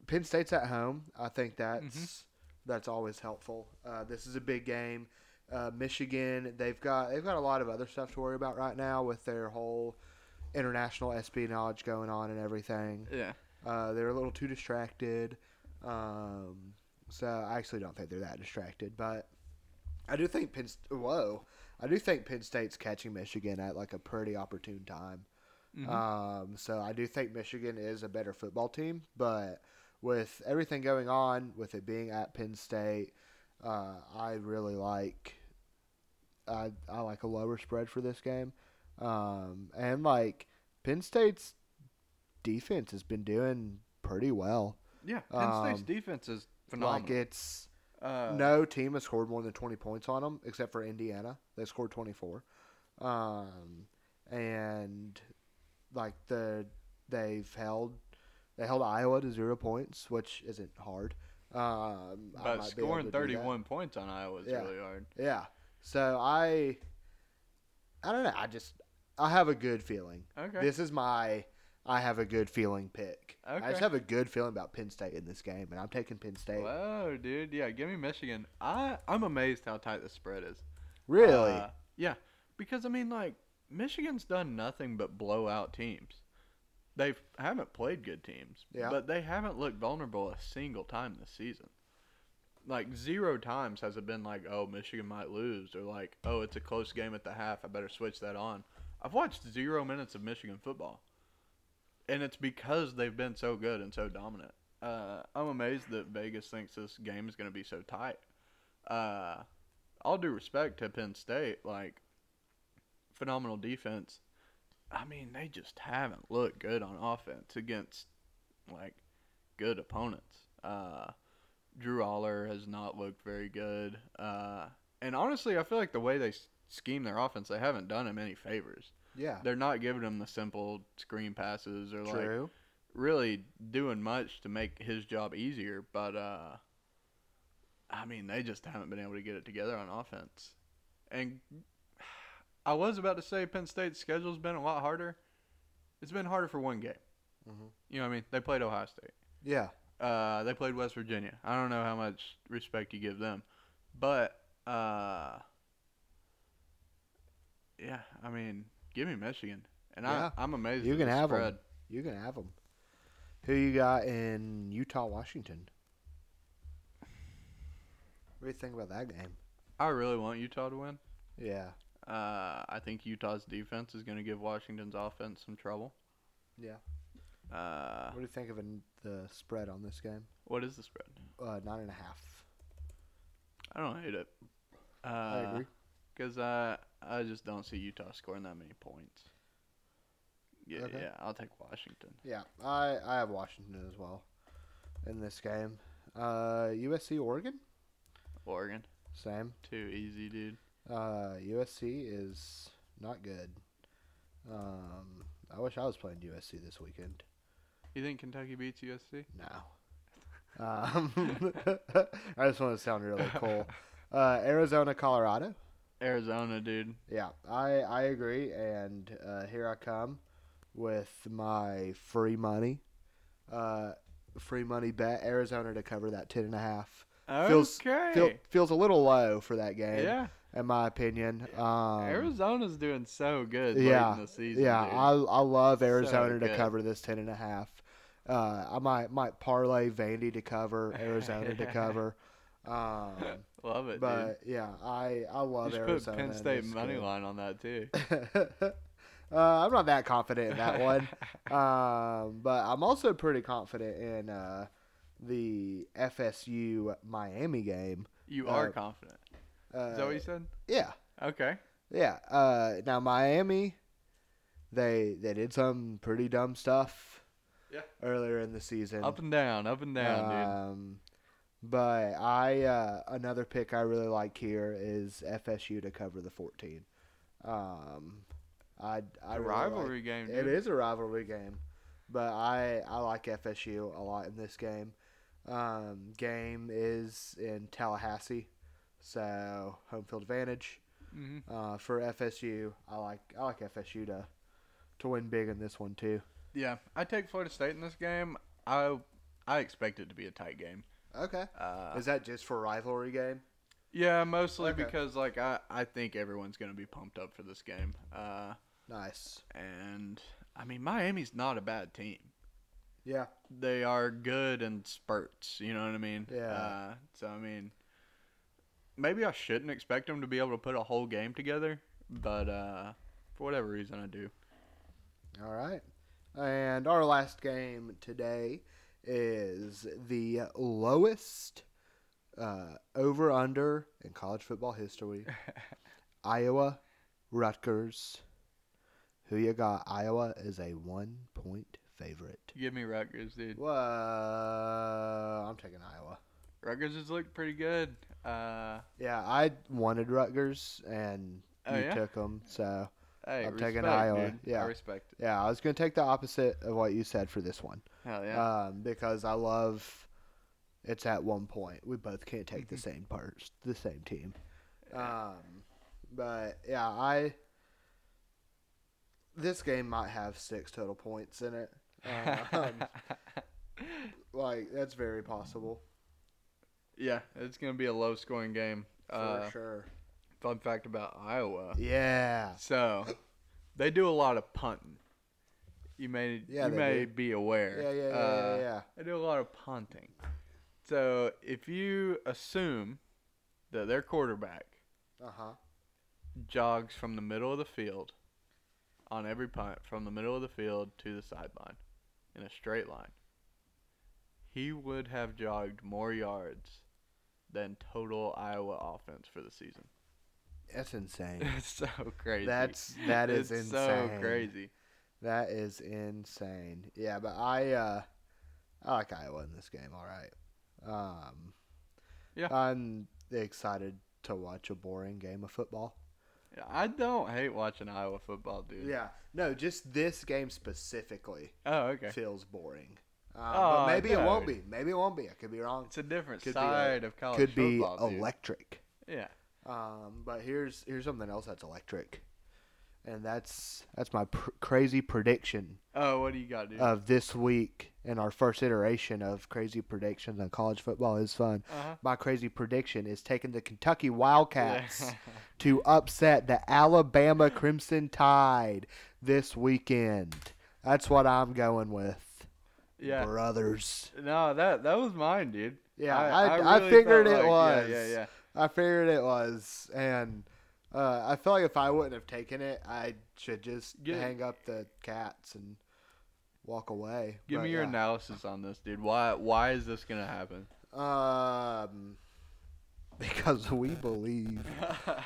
[SPEAKER 1] Penn State's at home. I think that's
[SPEAKER 2] Mm-hmm.
[SPEAKER 1] that's always helpful. Uh, this is a big game. Uh, Michigan, they've got they've got a lot of other stuff to worry about right now with their whole international espionage going on and everything.
[SPEAKER 2] Yeah.
[SPEAKER 1] Uh, they're a little too distracted. Um, so I actually don't think they're that distracted, but I do think Penn. St- Whoa, I do think Penn State's catching Michigan at like a pretty opportune time.
[SPEAKER 2] Mhm.
[SPEAKER 1] Um, so I do think Michigan is a better football team, but with everything going on, with it being at Penn State, uh, I really like. I I like a lower spread for this game, um, and like Penn State's defense has been doing pretty well.
[SPEAKER 2] Yeah, Penn State's
[SPEAKER 1] Um,
[SPEAKER 2] defense is phenomenal.
[SPEAKER 1] Like it's
[SPEAKER 2] uh,
[SPEAKER 1] no team has scored more than 20 points on them except for Indiana. They scored 24. Um, and like the they've held they held Iowa to zero points, which isn't hard. Um, I might be
[SPEAKER 2] But
[SPEAKER 1] able
[SPEAKER 2] scoring
[SPEAKER 1] to do that.
[SPEAKER 2] 31 points on Iowa is
[SPEAKER 1] Yeah.
[SPEAKER 2] really hard.
[SPEAKER 1] Yeah. So I, I don't know. I just I have a good feeling.
[SPEAKER 2] Okay.
[SPEAKER 1] This is my I have a good feeling pick. I
[SPEAKER 2] Okay.
[SPEAKER 1] just have a good feeling about Penn State in this game, and I'm taking Penn State.
[SPEAKER 2] Whoa, dude. Yeah, give me Michigan. I, I'm amazed how tight the spread is.
[SPEAKER 1] Really?
[SPEAKER 2] Uh, yeah, because I mean, like Michigan's done nothing but blow out teams. They haven't played good teams,
[SPEAKER 1] Yeah.
[SPEAKER 2] but they haven't looked vulnerable a single time this season. Like zero times has it been like, oh, Michigan might lose, or like, oh, it's a close game at the half. I better switch that on. I've watched zero minutes of Michigan football, and it's because they've been so good and so dominant. Uh, I'm amazed that Vegas thinks this game is going to be so tight. Uh, all due respect to Penn State, like phenomenal defense. I mean, they just haven't looked good on offense against like good opponents. Uh, Drew Aller has not looked very good, uh, and honestly, I feel like the way they s- scheme their offense, they haven't done him any favors.
[SPEAKER 1] yeah.
[SPEAKER 2] They're not giving him the simple screen passes or like
[SPEAKER 1] True.
[SPEAKER 2] really doing much to make his job easier, but uh I mean, they just haven't been able to get it together on offense. And I was about to say Penn State's schedule's been a lot harder. It's been harder for one game.
[SPEAKER 1] Mhm.
[SPEAKER 2] You know what I mean? They played Ohio State.
[SPEAKER 1] yeah.
[SPEAKER 2] Uh, they played West Virginia. I don't know how much respect you give them, but uh, yeah, I mean, give me Michigan, and
[SPEAKER 1] Yeah.
[SPEAKER 2] I, I'm amazed.
[SPEAKER 1] You
[SPEAKER 2] at
[SPEAKER 1] can
[SPEAKER 2] the
[SPEAKER 1] have 'em.
[SPEAKER 2] spread.
[SPEAKER 1] You can have them. Who you got in Utah, Washington? What do you think about that game?
[SPEAKER 2] I really want Utah to win.
[SPEAKER 1] Yeah.
[SPEAKER 2] Uh, I think Utah's defense is going to give Washington's offense some trouble.
[SPEAKER 1] Yeah.
[SPEAKER 2] Uh,
[SPEAKER 1] What do you think of an, the spread on this game?
[SPEAKER 2] what is the spread?
[SPEAKER 1] Uh, nine and a half.
[SPEAKER 2] I don't hate it. Uh,
[SPEAKER 1] I agree.
[SPEAKER 2] Because I, I just don't see Utah scoring that many points. Yeah,
[SPEAKER 1] Okay.
[SPEAKER 2] yeah, I'll take Washington.
[SPEAKER 1] Yeah, I, I have Washington as well in this game. Uh, USC, Oregon,
[SPEAKER 2] Oregon,
[SPEAKER 1] same.
[SPEAKER 2] too easy, dude.
[SPEAKER 1] Uh, USC is not good. Um, I wish I was playing USC this weekend.
[SPEAKER 2] You think Kentucky beats USC?
[SPEAKER 1] No. Um, I just want to sound really cool. Uh, Arizona, Colorado.
[SPEAKER 2] Arizona, dude.
[SPEAKER 1] Yeah, I, I agree. And uh, here I come with my free money. Uh, free money bet Arizona to cover that ten and a half. Feels-
[SPEAKER 2] okay.
[SPEAKER 1] Feel, feels a little low for that game,
[SPEAKER 2] yeah,
[SPEAKER 1] in my opinion. Um,
[SPEAKER 2] Arizona's doing so good
[SPEAKER 1] yeah,
[SPEAKER 2] late in the season.
[SPEAKER 1] yeah,
[SPEAKER 2] dude.
[SPEAKER 1] I, I love
[SPEAKER 2] So
[SPEAKER 1] Arizona to
[SPEAKER 2] good.
[SPEAKER 1] cover this ten and a half. Uh, I might might parlay Vandy to cover, Arizona to cover. Um,
[SPEAKER 2] love it, dude.
[SPEAKER 1] but yeah, I I
[SPEAKER 2] You
[SPEAKER 1] love
[SPEAKER 2] should
[SPEAKER 1] Arizona.
[SPEAKER 2] put Penn
[SPEAKER 1] in
[SPEAKER 2] State
[SPEAKER 1] this
[SPEAKER 2] money
[SPEAKER 1] game.
[SPEAKER 2] line on that too.
[SPEAKER 1] uh, I'm not that confident in that one, um, but I'm also pretty confident in uh, the FSU Miami game.
[SPEAKER 2] You
[SPEAKER 1] Uh,
[SPEAKER 2] are confident.
[SPEAKER 1] Uh,
[SPEAKER 2] Is that what you said?
[SPEAKER 1] yeah,
[SPEAKER 2] Okay.
[SPEAKER 1] yeah. Uh, now Miami, they they did some pretty dumb stuff.
[SPEAKER 2] Yeah.
[SPEAKER 1] Earlier in the season,
[SPEAKER 2] Up and down, up and down, dude.
[SPEAKER 1] Um, but I uh, another pick I really like here is FSU to cover the 14. Um, I I
[SPEAKER 2] A
[SPEAKER 1] really like-
[SPEAKER 2] rivalry game, dude.
[SPEAKER 1] it is a rivalry game, but I I like FSU a lot in this game. Um, game is in Tallahassee, so home field advantage
[SPEAKER 2] hmm
[SPEAKER 1] uh, for FSU. I like I like FSU to to win big in this one too.
[SPEAKER 2] Yeah, I take Florida State in this game. I I expect it to be a tight game.
[SPEAKER 1] Okay,
[SPEAKER 2] Uh,
[SPEAKER 1] is that just for rivalry game?
[SPEAKER 2] yeah, mostly
[SPEAKER 1] Okay.
[SPEAKER 2] because like I, I think everyone's gonna be pumped up for this game. Uh,
[SPEAKER 1] Nice.
[SPEAKER 2] and I mean Miami's not a bad team.
[SPEAKER 1] Yeah.
[SPEAKER 2] They are good in spurts. You know what I mean?
[SPEAKER 1] Yeah.
[SPEAKER 2] Uh, so I mean, maybe I shouldn't expect them to be able to put a whole game together, but uh, for whatever reason I do.
[SPEAKER 1] All right. And our last game today is the lowest uh, over under in college football history Iowa Rutgers. Who you got? Iowa is a one point favorite.
[SPEAKER 2] Give me Rutgers, dude.
[SPEAKER 1] Whoa. I'm taking Iowa.
[SPEAKER 2] Rutgers has looked pretty good. Uh,
[SPEAKER 1] Yeah, I wanted Rutgers and
[SPEAKER 2] Oh,
[SPEAKER 1] you
[SPEAKER 2] yeah?
[SPEAKER 1] took 'em, took them. So
[SPEAKER 2] Hey,
[SPEAKER 1] I'm
[SPEAKER 2] respect,
[SPEAKER 1] taking Iowa.
[SPEAKER 2] dude.
[SPEAKER 1] Yeah.
[SPEAKER 2] I respect it.
[SPEAKER 1] Yeah, I was going to take the opposite of what you said for this one.
[SPEAKER 2] Hell yeah.
[SPEAKER 1] Um, because I love it's at one point. We both can't take
[SPEAKER 2] Mm-hmm.
[SPEAKER 1] the same parts, the same team. Um, but yeah, I this game might have six total points in it. Um, like that's very possible
[SPEAKER 2] yeah, it's gonna be a low scoring game.
[SPEAKER 1] for
[SPEAKER 2] Uh,
[SPEAKER 1] sure.
[SPEAKER 2] Fun fact about Iowa.
[SPEAKER 1] Yeah,
[SPEAKER 2] So, they do a lot of punting. You may
[SPEAKER 1] Yeah,
[SPEAKER 2] you
[SPEAKER 1] they
[SPEAKER 2] may
[SPEAKER 1] do.
[SPEAKER 2] be aware.
[SPEAKER 1] yeah, yeah, yeah,
[SPEAKER 2] Uh,
[SPEAKER 1] yeah, yeah.
[SPEAKER 2] They do a lot of punting. So if you assume that their quarterback
[SPEAKER 1] Uh huh.
[SPEAKER 2] jogs from the middle of the field on every punt from the middle of the field to the sideline in a straight line, he would have jogged more yards than total Iowa offense for the season.
[SPEAKER 1] That's insane.
[SPEAKER 2] It's so crazy.
[SPEAKER 1] That's that is
[SPEAKER 2] it's
[SPEAKER 1] insane.
[SPEAKER 2] so crazy.
[SPEAKER 1] That is insane. Yeah, but I uh I like Iowa in this game, all right. Um
[SPEAKER 2] Yeah.
[SPEAKER 1] I'm excited to watch a boring game of football.
[SPEAKER 2] I don't hate watching Iowa football, dude.
[SPEAKER 1] Yeah. No, just this game specifically
[SPEAKER 2] Oh, okay.
[SPEAKER 1] feels boring. Um,
[SPEAKER 2] Oh,
[SPEAKER 1] but maybe it won't
[SPEAKER 2] dude.
[SPEAKER 1] be. Maybe it won't be. I could be wrong.
[SPEAKER 2] It's a different
[SPEAKER 1] Could be like-
[SPEAKER 2] side of college
[SPEAKER 1] could be
[SPEAKER 2] football. dude.
[SPEAKER 1] electric.
[SPEAKER 2] Yeah.
[SPEAKER 1] Um, but here's here's something else that's electric. And that's that's my pr- crazy prediction
[SPEAKER 2] Oh, what do you got, dude?
[SPEAKER 1] of this week and our first iteration of crazy predictions on college football is fun.
[SPEAKER 2] Uh-huh.
[SPEAKER 1] My crazy prediction is taking the Kentucky Wildcats to upset the Alabama Crimson Tide this weekend. That's what I'm going with.
[SPEAKER 2] yeah.
[SPEAKER 1] Brothers.
[SPEAKER 2] No, that that was mine, dude.
[SPEAKER 1] Yeah, I- I
[SPEAKER 2] really
[SPEAKER 1] figured
[SPEAKER 2] felt
[SPEAKER 1] it
[SPEAKER 2] like-
[SPEAKER 1] was.
[SPEAKER 2] Yeah, yeah, yeah.
[SPEAKER 1] I figured it was and uh, I feel like if I wouldn't have taken it, I should just
[SPEAKER 2] Give-
[SPEAKER 1] hang up the cats and walk away.
[SPEAKER 2] Give
[SPEAKER 1] But
[SPEAKER 2] me your
[SPEAKER 1] yeah.
[SPEAKER 2] analysis on this, dude. Why why is this gonna happen?
[SPEAKER 1] Um, because we believe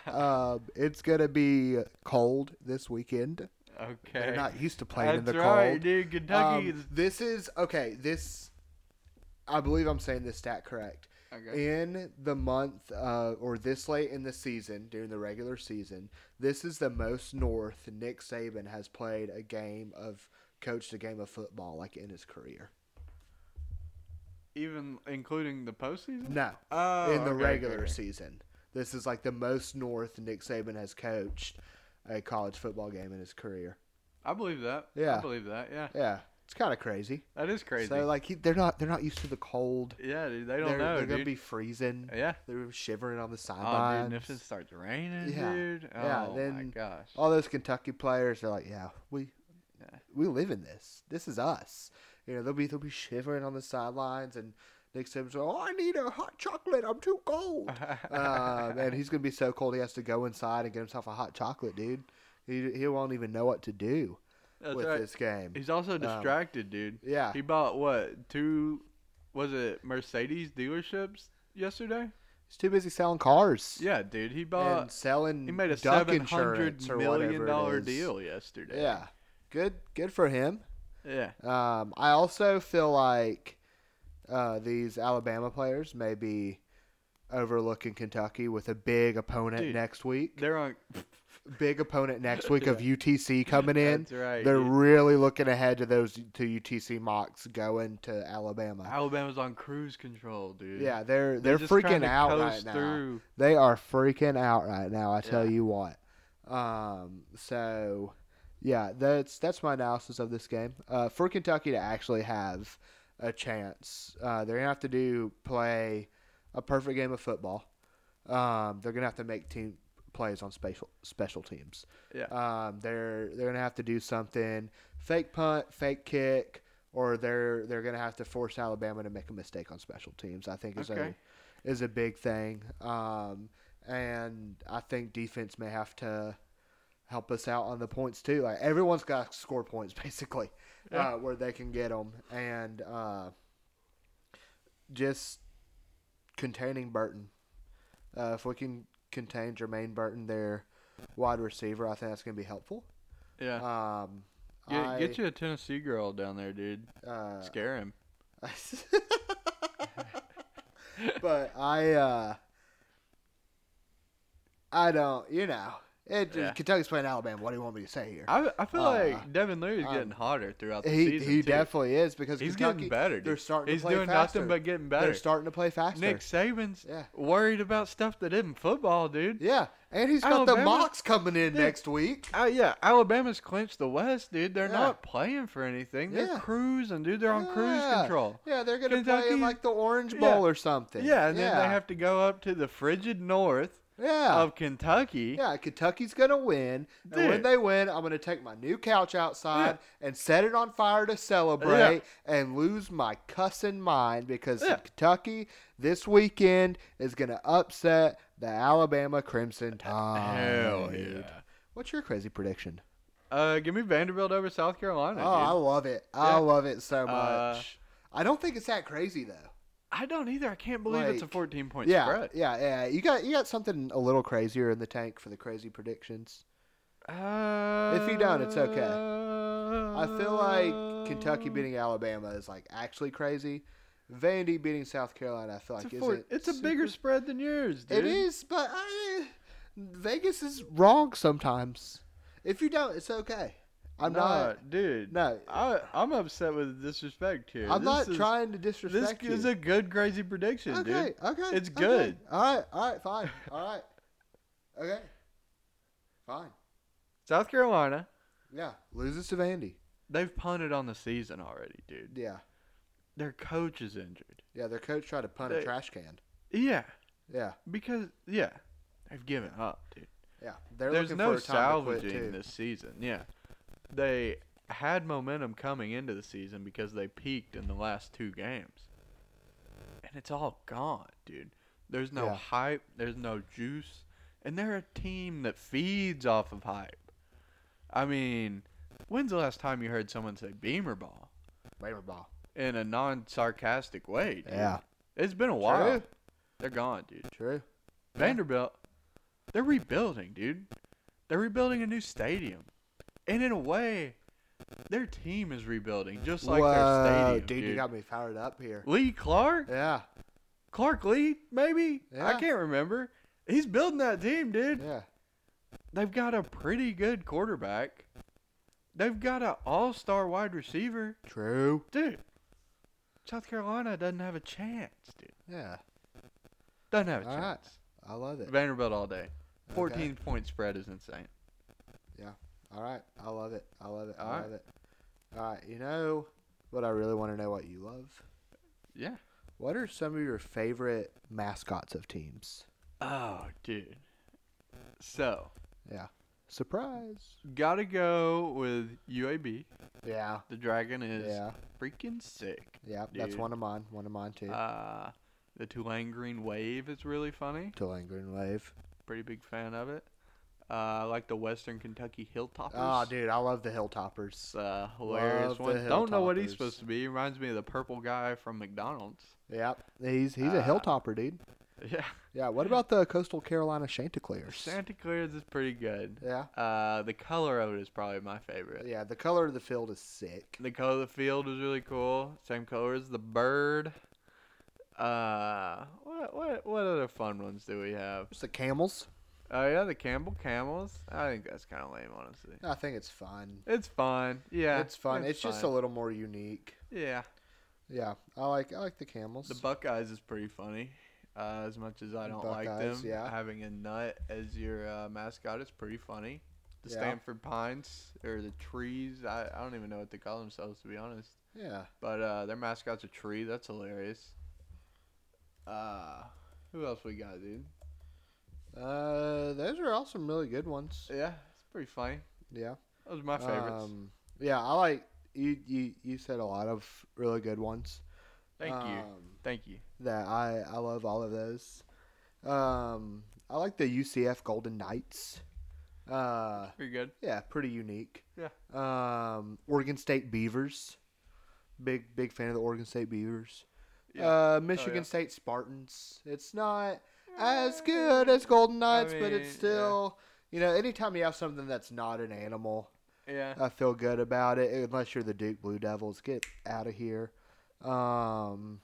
[SPEAKER 1] um, it's gonna be cold this weekend.
[SPEAKER 2] okay.
[SPEAKER 1] They're not used to playing
[SPEAKER 2] That's
[SPEAKER 1] in the
[SPEAKER 2] right,
[SPEAKER 1] cold.
[SPEAKER 2] dude. Kentucky
[SPEAKER 1] Um,
[SPEAKER 2] is
[SPEAKER 1] this is okay. This, I believe, I'm saying this stat correct.
[SPEAKER 2] okay.
[SPEAKER 1] In the month, uh, or this late in the season, during the regular season, this is the most north Nick Saban has played a game of coached a game of football like in his career.
[SPEAKER 2] even including the postseason.
[SPEAKER 1] No,
[SPEAKER 2] Oh,
[SPEAKER 1] in the
[SPEAKER 2] okay, okay,
[SPEAKER 1] regular
[SPEAKER 2] okay.
[SPEAKER 1] season. This is like the most north Nick Saban has coached a college football game in his career.
[SPEAKER 2] I believe that.
[SPEAKER 1] Yeah.
[SPEAKER 2] I believe that. Yeah,
[SPEAKER 1] Yeah, it's kind of crazy.
[SPEAKER 2] that is crazy.
[SPEAKER 1] So like he, they're not they're not used to the cold.
[SPEAKER 2] yeah, dude. They don't
[SPEAKER 1] they're
[SPEAKER 2] know,
[SPEAKER 1] they're
[SPEAKER 2] dude.
[SPEAKER 1] gonna be freezing.
[SPEAKER 2] yeah.
[SPEAKER 1] They're shivering on the
[SPEAKER 2] Oh, dude,
[SPEAKER 1] sidelines.
[SPEAKER 2] and if it starts raining,
[SPEAKER 1] Yeah.
[SPEAKER 2] dude. Oh
[SPEAKER 1] Yeah,
[SPEAKER 2] my
[SPEAKER 1] then-
[SPEAKER 2] gosh.
[SPEAKER 1] All those Kentucky players are like, yeah, we
[SPEAKER 2] Yeah.
[SPEAKER 1] we live in this. This is us. You know, they'll be they'll be shivering on the sidelines and. Nick Saban's like, oh, I need a hot chocolate. I'm too cold. um, and he's gonna be so cold he has to go inside and get himself a hot chocolate, dude. He he won't even know what to do
[SPEAKER 2] That's
[SPEAKER 1] with
[SPEAKER 2] right.
[SPEAKER 1] this um, game.
[SPEAKER 2] He's also distracted, dude.
[SPEAKER 1] yeah,
[SPEAKER 2] He bought what two? Was it Mercedes dealerships yesterday?
[SPEAKER 1] he's too busy selling cars.
[SPEAKER 2] Yeah, dude. He
[SPEAKER 1] and
[SPEAKER 2] bought.
[SPEAKER 1] selling.
[SPEAKER 2] he made a
[SPEAKER 1] duck
[SPEAKER 2] seven hundred
[SPEAKER 1] insurance or
[SPEAKER 2] million
[SPEAKER 1] whatever it
[SPEAKER 2] dollar
[SPEAKER 1] is.
[SPEAKER 2] deal yesterday.
[SPEAKER 1] Yeah, good good for him.
[SPEAKER 2] Yeah.
[SPEAKER 1] Um, I also feel like uh, these Alabama players may be overlooking Kentucky with a big opponent
[SPEAKER 2] Dude.
[SPEAKER 1] next week.
[SPEAKER 2] They're on.
[SPEAKER 1] Big opponent next week of UTC coming in.
[SPEAKER 2] That's right.
[SPEAKER 1] They're
[SPEAKER 2] dude.
[SPEAKER 1] really looking ahead to those to UTC mocks going to Alabama.
[SPEAKER 2] Alabama's on cruise control, dude.
[SPEAKER 1] Yeah, they're they're,
[SPEAKER 2] They're, just trying
[SPEAKER 1] freaking
[SPEAKER 2] to
[SPEAKER 1] out right
[SPEAKER 2] coast
[SPEAKER 1] now.
[SPEAKER 2] through.
[SPEAKER 1] They are freaking out right now. I tell
[SPEAKER 2] Yeah.
[SPEAKER 1] you what. Um, so yeah, that's that's my analysis of this game. Uh, for Kentucky to actually have a chance, uh, they're gonna have to do play a perfect game of football. Um, they're gonna have to make team plays on special special teams.
[SPEAKER 2] Yeah.
[SPEAKER 1] Um, they're they're gonna have to do something fake punt, fake kick, or they're they're gonna have to force Alabama to make a mistake on special teams. I think is
[SPEAKER 2] Okay.
[SPEAKER 1] a is a big thing. Um, and I think defense may have to help us out on the points too. Like everyone's got to score points basically,
[SPEAKER 2] Yeah.
[SPEAKER 1] uh, where they can get them, and uh, just containing Burton. Uh, if we can contain Jermaine Burton, their wide receiver, I think that's going to be helpful.
[SPEAKER 2] Yeah.
[SPEAKER 1] Um,
[SPEAKER 2] Get,
[SPEAKER 1] I,
[SPEAKER 2] get you a Tennessee girl down there, dude.
[SPEAKER 1] uh,
[SPEAKER 2] Scare him.
[SPEAKER 1] but I, uh, I don't, you know, It,
[SPEAKER 2] Yeah.
[SPEAKER 1] Kentucky's playing Alabama. What do you want me to say here?
[SPEAKER 2] I, I feel
[SPEAKER 1] Uh,
[SPEAKER 2] like Devin Leary's
[SPEAKER 1] um,
[SPEAKER 2] getting hotter throughout the
[SPEAKER 1] he
[SPEAKER 2] season.
[SPEAKER 1] he
[SPEAKER 2] too.
[SPEAKER 1] definitely is because
[SPEAKER 2] He's
[SPEAKER 1] Kentucky,
[SPEAKER 2] getting better. Dude.
[SPEAKER 1] They're starting
[SPEAKER 2] He's
[SPEAKER 1] to play
[SPEAKER 2] doing
[SPEAKER 1] faster.
[SPEAKER 2] nothing but getting better.
[SPEAKER 1] They're starting to play faster.
[SPEAKER 2] Nick Saban's
[SPEAKER 1] Yeah.
[SPEAKER 2] worried about stuff that isn't football, dude.
[SPEAKER 1] Yeah, and he's got the
[SPEAKER 2] Alabama-
[SPEAKER 1] mocks coming in
[SPEAKER 2] Yeah.
[SPEAKER 1] next week.
[SPEAKER 2] Uh, yeah, Alabama's clinched the West, dude. They're
[SPEAKER 1] Yeah.
[SPEAKER 2] not playing for anything. They're
[SPEAKER 1] Yeah.
[SPEAKER 2] cruising, dude. They're on
[SPEAKER 1] Yeah.
[SPEAKER 2] cruise control.
[SPEAKER 1] Yeah, they're gonna play in
[SPEAKER 2] Kentucky-
[SPEAKER 1] like the Orange
[SPEAKER 2] Yeah.
[SPEAKER 1] Bowl or something.
[SPEAKER 2] Yeah, and
[SPEAKER 1] yeah.
[SPEAKER 2] then they have to go up to the frigid north
[SPEAKER 1] yeah.
[SPEAKER 2] of Kentucky.
[SPEAKER 1] yeah, Kentucky's gonna win, and when
[SPEAKER 2] Dude.
[SPEAKER 1] they win, I'm gonna take my new couch outside and set it on fire to celebrate and lose my cussing mind because
[SPEAKER 2] Yeah.
[SPEAKER 1] Kentucky this weekend is gonna upset the Alabama Crimson Tide.
[SPEAKER 2] Hell yeah.
[SPEAKER 1] What's your crazy prediction?
[SPEAKER 2] Uh, give me Vanderbilt over South Carolina.
[SPEAKER 1] Oh, I
[SPEAKER 2] dude.
[SPEAKER 1] love it! I
[SPEAKER 2] Yeah.
[SPEAKER 1] love it so much.
[SPEAKER 2] Uh,
[SPEAKER 1] I don't think it's that crazy though.
[SPEAKER 2] I don't either. I can't believe it's a
[SPEAKER 1] Like,
[SPEAKER 2] 14 point
[SPEAKER 1] Yeah,
[SPEAKER 2] spread.
[SPEAKER 1] yeah, yeah. You got you got something a little crazier in the tank for the crazy predictions.
[SPEAKER 2] Uh,
[SPEAKER 1] you don't, it's okay. I feel like
[SPEAKER 2] Um,
[SPEAKER 1] Kentucky beating Alabama is like actually crazy. Vandy beating South Carolina, I feel
[SPEAKER 2] It's,
[SPEAKER 1] like
[SPEAKER 2] a,
[SPEAKER 1] is
[SPEAKER 2] four, it's a bigger spread than yours, dude.
[SPEAKER 1] It is, but I, Vegas is wrong sometimes. If you don't, it's okay. I'm
[SPEAKER 2] Nah,
[SPEAKER 1] not.
[SPEAKER 2] dude.
[SPEAKER 1] No,
[SPEAKER 2] I, I'm upset with the disrespect here.
[SPEAKER 1] I'm
[SPEAKER 2] This
[SPEAKER 1] not
[SPEAKER 2] is-
[SPEAKER 1] trying to
[SPEAKER 2] This
[SPEAKER 1] disrespect you.
[SPEAKER 2] is a good crazy prediction,
[SPEAKER 1] okay,
[SPEAKER 2] dude.
[SPEAKER 1] okay,
[SPEAKER 2] It's
[SPEAKER 1] okay.
[SPEAKER 2] good.
[SPEAKER 1] All right, all right, fine, all right, okay, fine.
[SPEAKER 2] South Carolina,
[SPEAKER 1] Yeah, loses to Vandy.
[SPEAKER 2] they've punted on the season already, dude.
[SPEAKER 1] Yeah,
[SPEAKER 2] Their coach is injured.
[SPEAKER 1] yeah. Their coach tried to punt a
[SPEAKER 2] They-
[SPEAKER 1] trash can.
[SPEAKER 2] Yeah,
[SPEAKER 1] Yeah,
[SPEAKER 2] because yeah, they've given up, dude.
[SPEAKER 1] yeah. They're
[SPEAKER 2] There's
[SPEAKER 1] looking
[SPEAKER 2] no
[SPEAKER 1] for a time to quit too.
[SPEAKER 2] salvaging this season. Yeah, they had momentum coming into the season because they peaked in the last two games, and it's all gone, dude. There's no
[SPEAKER 1] Yeah.
[SPEAKER 2] hype. There's no juice, and they're a team that feeds off of hype. I mean, when's the last time you heard someone say "Beamer ball"
[SPEAKER 1] Raymond Ball.
[SPEAKER 2] in a non-sarcastic way? Dude?
[SPEAKER 1] Yeah.
[SPEAKER 2] it's been a while.
[SPEAKER 1] True.
[SPEAKER 2] They're gone, dude.
[SPEAKER 1] True.
[SPEAKER 2] Vanderbilt, they're rebuilding, dude. They're rebuilding a new stadium. And in a way, their team is rebuilding, just like their stadium.
[SPEAKER 1] dude,
[SPEAKER 2] Dude,
[SPEAKER 1] you got me fired up here.
[SPEAKER 2] Lee Clark?
[SPEAKER 1] Yeah,
[SPEAKER 2] Clark Lee, maybe?
[SPEAKER 1] Yeah.
[SPEAKER 2] I can't remember. He's building that team, dude.
[SPEAKER 1] yeah,
[SPEAKER 2] They've got a pretty good quarterback. They've got an all star wide receiver.
[SPEAKER 1] true.
[SPEAKER 2] Dude, South Carolina doesn't have a chance, dude.
[SPEAKER 1] Yeah,
[SPEAKER 2] Doesn't have a
[SPEAKER 1] All right.
[SPEAKER 2] chance.
[SPEAKER 1] I love it.
[SPEAKER 2] Vanderbilt all day.
[SPEAKER 1] Okay.
[SPEAKER 2] 14 point spread is insane.
[SPEAKER 1] All right, I love it. I love it. I
[SPEAKER 2] All right.
[SPEAKER 1] love it. All right, you know what? I really want to know what you love.
[SPEAKER 2] Yeah.
[SPEAKER 1] What are some of your favorite mascots of teams?
[SPEAKER 2] Oh, dude. So,
[SPEAKER 1] Surprise.
[SPEAKER 2] gotta go with UAB.
[SPEAKER 1] Yeah,
[SPEAKER 2] The dragon is
[SPEAKER 1] yeah,
[SPEAKER 2] freaking sick.
[SPEAKER 1] yeah. That's
[SPEAKER 2] Dude.
[SPEAKER 1] one of mine. One of mine too.
[SPEAKER 2] Uh, the Tulane Green Wave is really funny.
[SPEAKER 1] Tulane Green Wave.
[SPEAKER 2] Pretty big fan of it. Uh, I like the Western Kentucky Hilltoppers.
[SPEAKER 1] Oh, dude, I love the Hilltoppers.
[SPEAKER 2] It's a
[SPEAKER 1] Love
[SPEAKER 2] hilarious
[SPEAKER 1] the
[SPEAKER 2] one. Don't know what he's
[SPEAKER 1] Hilltoppers.
[SPEAKER 2] supposed to be. He reminds me of the purple guy from McDonald's.
[SPEAKER 1] Yep, he's he's a
[SPEAKER 2] Uh,
[SPEAKER 1] Hilltopper, dude.
[SPEAKER 2] Yeah.
[SPEAKER 1] Yeah. What about the Coastal Carolina Chanticleers?
[SPEAKER 2] Santa Clara's is pretty good.
[SPEAKER 1] yeah.
[SPEAKER 2] Uh, the color of it is probably my favorite.
[SPEAKER 1] Yeah, the color of the field is sick.
[SPEAKER 2] The color of the field was really cool. Same color as the bird. Uh, what what what other fun ones do we have?
[SPEAKER 1] It's the camels.
[SPEAKER 2] Oh yeah, the Campbell Camels. I think that's kind of lame, honestly.
[SPEAKER 1] I think it's fun.
[SPEAKER 2] It's fun. Yeah,
[SPEAKER 1] it's fun. It's, just a little more unique.
[SPEAKER 2] yeah.
[SPEAKER 1] Yeah, I like I like the camels.
[SPEAKER 2] The Buckeyes is pretty funny. Uh, as much as I
[SPEAKER 1] The
[SPEAKER 2] don't like
[SPEAKER 1] Buckeyes,
[SPEAKER 2] them,
[SPEAKER 1] yeah.
[SPEAKER 2] having a nut as your uh, mascot is pretty funny. The
[SPEAKER 1] Yeah.
[SPEAKER 2] Stanford Pines or the trees. I, I don't even know what they call themselves to be honest.
[SPEAKER 1] yeah,
[SPEAKER 2] But uh, their mascot's a tree. That's hilarious. Uh, who else we got, dude?
[SPEAKER 1] uh, those are all some really good ones.
[SPEAKER 2] Yeah, it's pretty funny.
[SPEAKER 1] Yeah,
[SPEAKER 2] Those are my favorites.
[SPEAKER 1] Um, yeah, I like you. You you said a lot of really good ones.
[SPEAKER 2] Thank you.
[SPEAKER 1] Um,
[SPEAKER 2] Thank you.
[SPEAKER 1] That I I love all of those. Um, I like the UCF Golden Knights. Uh,
[SPEAKER 2] Pretty good.
[SPEAKER 1] Yeah, pretty unique.
[SPEAKER 2] Yeah.
[SPEAKER 1] Um, Oregon State Beavers. Big big fan of the Oregon State Beavers.
[SPEAKER 2] Yeah. Oh,
[SPEAKER 1] Uh, Michigan
[SPEAKER 2] yeah. Eh,
[SPEAKER 1] State Spartans. It's not as good as Golden
[SPEAKER 2] I
[SPEAKER 1] Knights, but it's
[SPEAKER 2] mean, yeah.
[SPEAKER 1] still you know anytime you have something that's not an animal,
[SPEAKER 2] Yeah.
[SPEAKER 1] I feel good about it. Unless you're the Duke Blue Devils, get out of here. Um,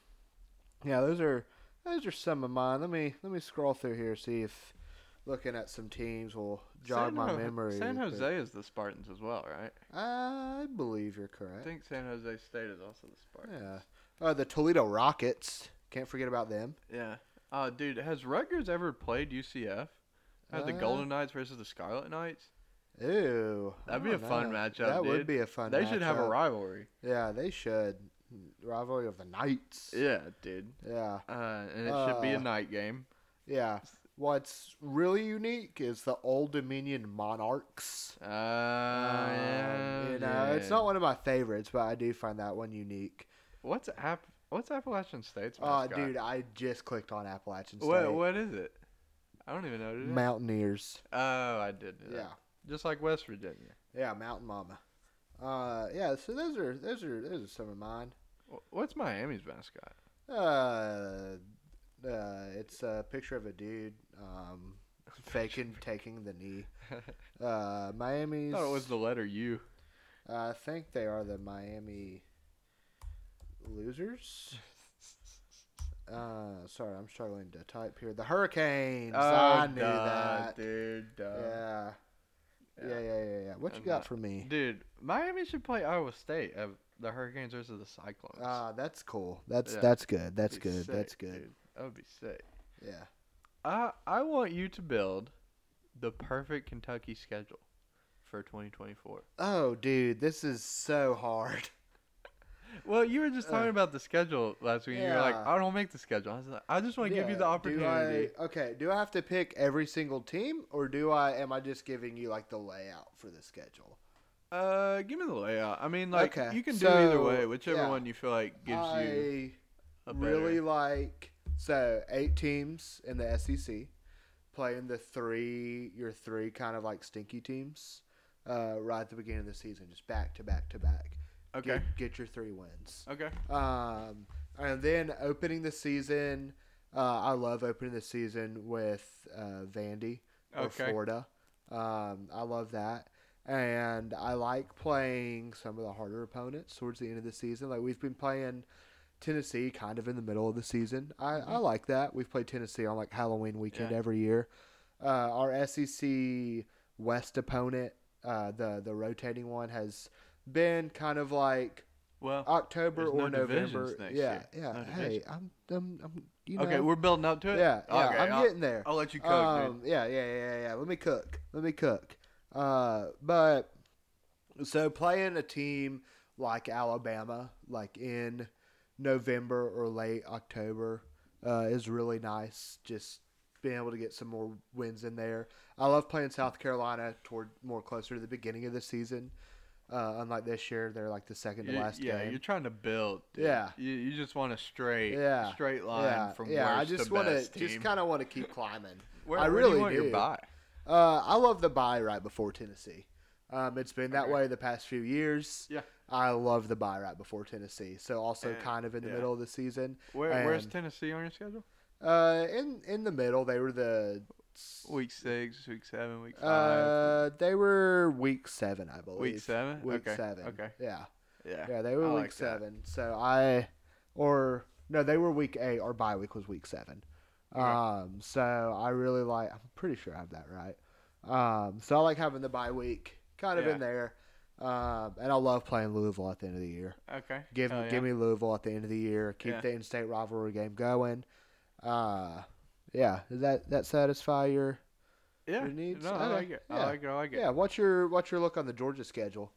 [SPEAKER 1] yeah, those are those are some of mine. Let me let me scroll through here see if looking at some teams will jog my
[SPEAKER 2] Ho-
[SPEAKER 1] memory.
[SPEAKER 2] San
[SPEAKER 1] if it-
[SPEAKER 2] Jose is the Spartans as well, right?
[SPEAKER 1] I believe you're correct.
[SPEAKER 2] I think San Jose State is also the Spartans.
[SPEAKER 1] Yeah. Uh, the Toledo Rockets. Can't forget about them.
[SPEAKER 2] Yeah. Uh, dude, has Rutgers ever played UCF? Had the
[SPEAKER 1] Uh,
[SPEAKER 2] Golden Knights versus the Scarlet Knights?
[SPEAKER 1] Ew. I
[SPEAKER 2] That'd be a
[SPEAKER 1] don't
[SPEAKER 2] fun
[SPEAKER 1] know.
[SPEAKER 2] matchup,
[SPEAKER 1] That would
[SPEAKER 2] dude.
[SPEAKER 1] be a fun
[SPEAKER 2] They should have a
[SPEAKER 1] matchup.
[SPEAKER 2] rivalry.
[SPEAKER 1] Yeah, they should. Rivalry of the Knights.
[SPEAKER 2] Yeah, dude.
[SPEAKER 1] Yeah.
[SPEAKER 2] Uh, and it should be
[SPEAKER 1] Uh,
[SPEAKER 2] a night game.
[SPEAKER 1] Yeah. What's really unique is the Old Dominion Monarchs.
[SPEAKER 2] Uh,
[SPEAKER 1] Um,
[SPEAKER 2] yeah,
[SPEAKER 1] you know, it's
[SPEAKER 2] yeah.
[SPEAKER 1] not one of my favorites, but I do find that one unique.
[SPEAKER 2] What's App? What's Appalachian State's
[SPEAKER 1] Oh,
[SPEAKER 2] mascot?
[SPEAKER 1] dude, I just clicked on Appalachian State.
[SPEAKER 2] what what is it? I don't even know. Did I?
[SPEAKER 1] Mountaineers.
[SPEAKER 2] oh, I did. Know that.
[SPEAKER 1] Yeah.
[SPEAKER 2] Just like West Virginia.
[SPEAKER 1] Yeah, Mountain Mama. Uh, yeah. So those are those are those are some of mine.
[SPEAKER 2] Wh- What's Miami's mascot?
[SPEAKER 1] Uh, uh, it's a picture of a dude um, faking taking the knee. Uh,
[SPEAKER 2] I
[SPEAKER 1] Miami's.
[SPEAKER 2] thought it was the letter U.
[SPEAKER 1] I think they are the Miami losers. Uh, sorry, I'm struggling to type here. The Hurricanes. I knew
[SPEAKER 2] duh,
[SPEAKER 1] that.
[SPEAKER 2] Oh, dude. duh.
[SPEAKER 1] Yeah.
[SPEAKER 2] Yeah.
[SPEAKER 1] Yeah, yeah, yeah, yeah. What you
[SPEAKER 2] I'm
[SPEAKER 1] got
[SPEAKER 2] not-
[SPEAKER 1] for me?
[SPEAKER 2] Dude, Miami should play Iowa State. Uh, the Hurricanes versus the Cyclones.
[SPEAKER 1] Ah, that's cool. That's
[SPEAKER 2] Yeah.
[SPEAKER 1] that's good. That's
[SPEAKER 2] That'd be
[SPEAKER 1] good.
[SPEAKER 2] sick,
[SPEAKER 1] That's good.
[SPEAKER 2] dude. That would be sick.
[SPEAKER 1] Yeah.
[SPEAKER 2] I I want you to build the perfect Kentucky schedule for 2024.
[SPEAKER 1] Oh, dude, this is so hard.
[SPEAKER 2] Well, you were just talking
[SPEAKER 1] Uh,
[SPEAKER 2] about the schedule last week. and You were like,
[SPEAKER 1] yeah.
[SPEAKER 2] I don't make the schedule. I was like, I just want to give you
[SPEAKER 1] Yeah,
[SPEAKER 2] the opportunity.
[SPEAKER 1] Do I, okay, do I have to pick every single team, or do I? Am I just giving you like the layout for the schedule?
[SPEAKER 2] Uh, give me the layout. I mean, like
[SPEAKER 1] Okay,
[SPEAKER 2] you can do either
[SPEAKER 1] so,
[SPEAKER 2] way, whichever
[SPEAKER 1] yeah.
[SPEAKER 2] one you feel like gives
[SPEAKER 1] I
[SPEAKER 2] you a better.
[SPEAKER 1] really like so eight teams in the SEC playing the three your three kind of like stinky teams uh, right at the beginning of the season, just back to back to back.
[SPEAKER 2] okay.
[SPEAKER 1] Get, get your three wins.
[SPEAKER 2] Okay.
[SPEAKER 1] Um, and then opening the season, uh, I love opening the season with uh, Vandy or
[SPEAKER 2] Okay.
[SPEAKER 1] Florida. Um, I love that. And I like playing some of the harder opponents towards the end of the season. Like we've been playing Tennessee kind of in the middle of the season. I, I like that. We've played Tennessee on like Halloween weekend
[SPEAKER 2] Mm-hmm. Yeah.
[SPEAKER 1] every year. Uh, our SEC West opponent, uh, the the rotating one, has been kind of like
[SPEAKER 2] Well.
[SPEAKER 1] October
[SPEAKER 2] There's
[SPEAKER 1] or
[SPEAKER 2] no divisions
[SPEAKER 1] November.
[SPEAKER 2] next
[SPEAKER 1] yeah,
[SPEAKER 2] year.
[SPEAKER 1] yeah.
[SPEAKER 2] No
[SPEAKER 1] hey, I'm, I'm, I'm, you know.
[SPEAKER 2] okay, we're building up to it.
[SPEAKER 1] yeah, yeah.
[SPEAKER 2] Okay,
[SPEAKER 1] I'm
[SPEAKER 2] I'll,
[SPEAKER 1] getting there.
[SPEAKER 2] I'll let you cook, dude.
[SPEAKER 1] um, yeah, yeah, yeah, yeah. Let me cook. Let me cook. Uh, but so playing a team like Alabama, like in November or late October, uh, is really nice. Just being able to get some more wins in there. I love playing South Carolina toward more closer to the beginning of the season. Uh, unlike this year, they're like the second to
[SPEAKER 2] You-
[SPEAKER 1] last
[SPEAKER 2] yeah,
[SPEAKER 1] game.
[SPEAKER 2] you're trying to build. dude.
[SPEAKER 1] Yeah.
[SPEAKER 2] You, you just want a straight
[SPEAKER 1] Yeah,
[SPEAKER 2] straight line from worst
[SPEAKER 1] I just
[SPEAKER 2] to
[SPEAKER 1] wanna-
[SPEAKER 2] best team.
[SPEAKER 1] just kind of want to keep climbing.
[SPEAKER 2] where,
[SPEAKER 1] I
[SPEAKER 2] where do
[SPEAKER 1] really
[SPEAKER 2] you want your
[SPEAKER 1] do.
[SPEAKER 2] buy?
[SPEAKER 1] Uh, I love the buy right before Tennessee. Um, it's been that
[SPEAKER 2] Okay.
[SPEAKER 1] way the past few years.
[SPEAKER 2] Yeah.
[SPEAKER 1] I love the buy right before Tennessee. So also
[SPEAKER 2] And-
[SPEAKER 1] kind of in the
[SPEAKER 2] yeah.
[SPEAKER 1] middle of the season.
[SPEAKER 2] Where, where's
[SPEAKER 1] and-
[SPEAKER 2] Tennessee on your schedule?
[SPEAKER 1] Uh, in in the middle they were the
[SPEAKER 2] Week six, week seven, week five.
[SPEAKER 1] Uh, they were week seven, I believe.
[SPEAKER 2] seven?
[SPEAKER 1] Week
[SPEAKER 2] Okay,
[SPEAKER 1] seven.
[SPEAKER 2] okay.
[SPEAKER 1] Yeah.
[SPEAKER 2] yeah.
[SPEAKER 1] Yeah, they were
[SPEAKER 2] I
[SPEAKER 1] week
[SPEAKER 2] like that.
[SPEAKER 1] seven. So I, or no, they were week eight. Our bye week was week seven.
[SPEAKER 2] Okay.
[SPEAKER 1] Um, so I really like. I'm pretty sure I have that right. Um, so I like having the bye week kind of
[SPEAKER 2] Yeah.
[SPEAKER 1] in there. Um, and I love playing Louisville at the end of the year.
[SPEAKER 2] Okay.
[SPEAKER 1] Give
[SPEAKER 2] Hell
[SPEAKER 1] give
[SPEAKER 2] Oh,
[SPEAKER 1] me
[SPEAKER 2] yeah.
[SPEAKER 1] Louisville at the end of the year. Keep
[SPEAKER 2] Yeah.
[SPEAKER 1] the in-state rivalry game going. Uh, yeah. Does that that satisfy your?
[SPEAKER 2] yeah.
[SPEAKER 1] your needs.
[SPEAKER 2] No, I
[SPEAKER 1] Okay,
[SPEAKER 2] like it.
[SPEAKER 1] yeah.
[SPEAKER 2] I like it. I like it.
[SPEAKER 1] Yeah. What's your what's your look on the Georgia schedule?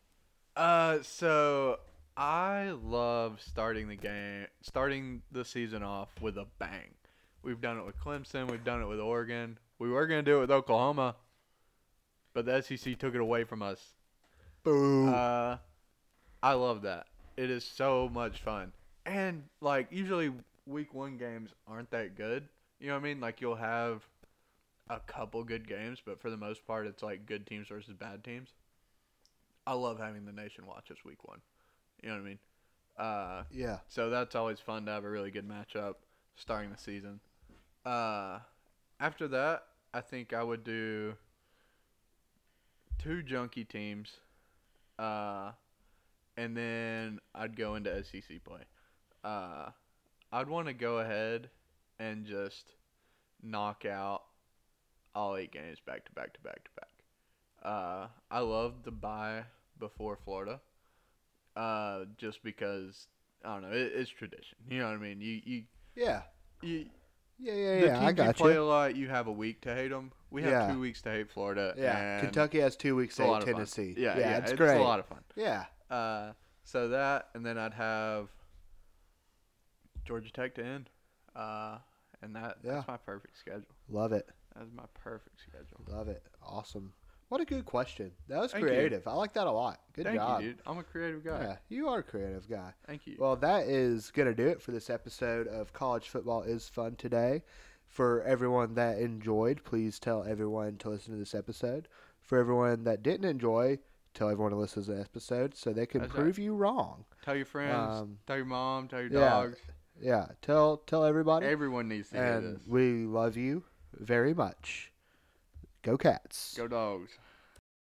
[SPEAKER 2] Uh, so I love starting the game, starting the season off with a bang. We've done it with Clemson. We've done it with Oregon. We were gonna do it with Oklahoma, but the SEC took it away from us.
[SPEAKER 1] Boom.
[SPEAKER 2] Uh, I love that. It is so much fun. And like usually week one games aren't that good. You know what I mean? Like you'll have a couple good games, but for the most part, it's like good teams versus bad teams. I love having the nation watch us week one. You know what I mean? Uh,
[SPEAKER 1] yeah.
[SPEAKER 2] so that's always fun to have a really good matchup starting the season. Uh, after that, I think I would do two junky teams, uh, and then I'd go into SEC play. Uh, I'd want to go ahead and just knock out all eight games back to back to back to back. Uh, I love the bye before Florida, uh, just because I don't know it, it's tradition. You know what I mean? You you
[SPEAKER 1] Yeah.
[SPEAKER 2] you.
[SPEAKER 1] Yeah,
[SPEAKER 2] The
[SPEAKER 1] yeah,
[SPEAKER 2] teams
[SPEAKER 1] yeah. I
[SPEAKER 2] you
[SPEAKER 1] got
[SPEAKER 2] play
[SPEAKER 1] you.
[SPEAKER 2] a lot, you have a week to hate them. We have
[SPEAKER 1] Yeah.
[SPEAKER 2] two weeks to hate Florida.
[SPEAKER 1] Yeah.
[SPEAKER 2] and
[SPEAKER 1] Kentucky has two weeks
[SPEAKER 2] It's
[SPEAKER 1] to
[SPEAKER 2] a lot
[SPEAKER 1] hate
[SPEAKER 2] of fun.
[SPEAKER 1] Tennessee.
[SPEAKER 2] Yeah, yeah,
[SPEAKER 1] it's, great.
[SPEAKER 2] a lot of fun.
[SPEAKER 1] Yeah.
[SPEAKER 2] Uh, so that, and then I'd have Georgia Tech to end, uh, and that
[SPEAKER 1] Yeah.
[SPEAKER 2] that's my perfect schedule.
[SPEAKER 1] Love it.
[SPEAKER 2] That's my perfect schedule.
[SPEAKER 1] Love it. Awesome. What a good question. That was
[SPEAKER 2] Thank you.
[SPEAKER 1] creative. I like that a lot. Good
[SPEAKER 2] Thank
[SPEAKER 1] job.
[SPEAKER 2] you, dude. I'm a creative guy.
[SPEAKER 1] Yeah, you are a creative guy.
[SPEAKER 2] Thank you.
[SPEAKER 1] Well, that is going to do it for this episode of College Football is Fun today. For everyone that enjoyed, please tell everyone to listen to this episode. For everyone that didn't enjoy, tell everyone to listen to this episode so they can
[SPEAKER 2] That's right.
[SPEAKER 1] prove you wrong.
[SPEAKER 2] tell your friends.
[SPEAKER 1] um,
[SPEAKER 2] tell your mom. Tell your
[SPEAKER 1] yeah,
[SPEAKER 2] dogs.
[SPEAKER 1] Yeah, tell tell everybody.
[SPEAKER 2] Everyone needs to hear
[SPEAKER 1] and
[SPEAKER 2] this.
[SPEAKER 1] we love you very much. Go Cats.
[SPEAKER 2] Go dogs.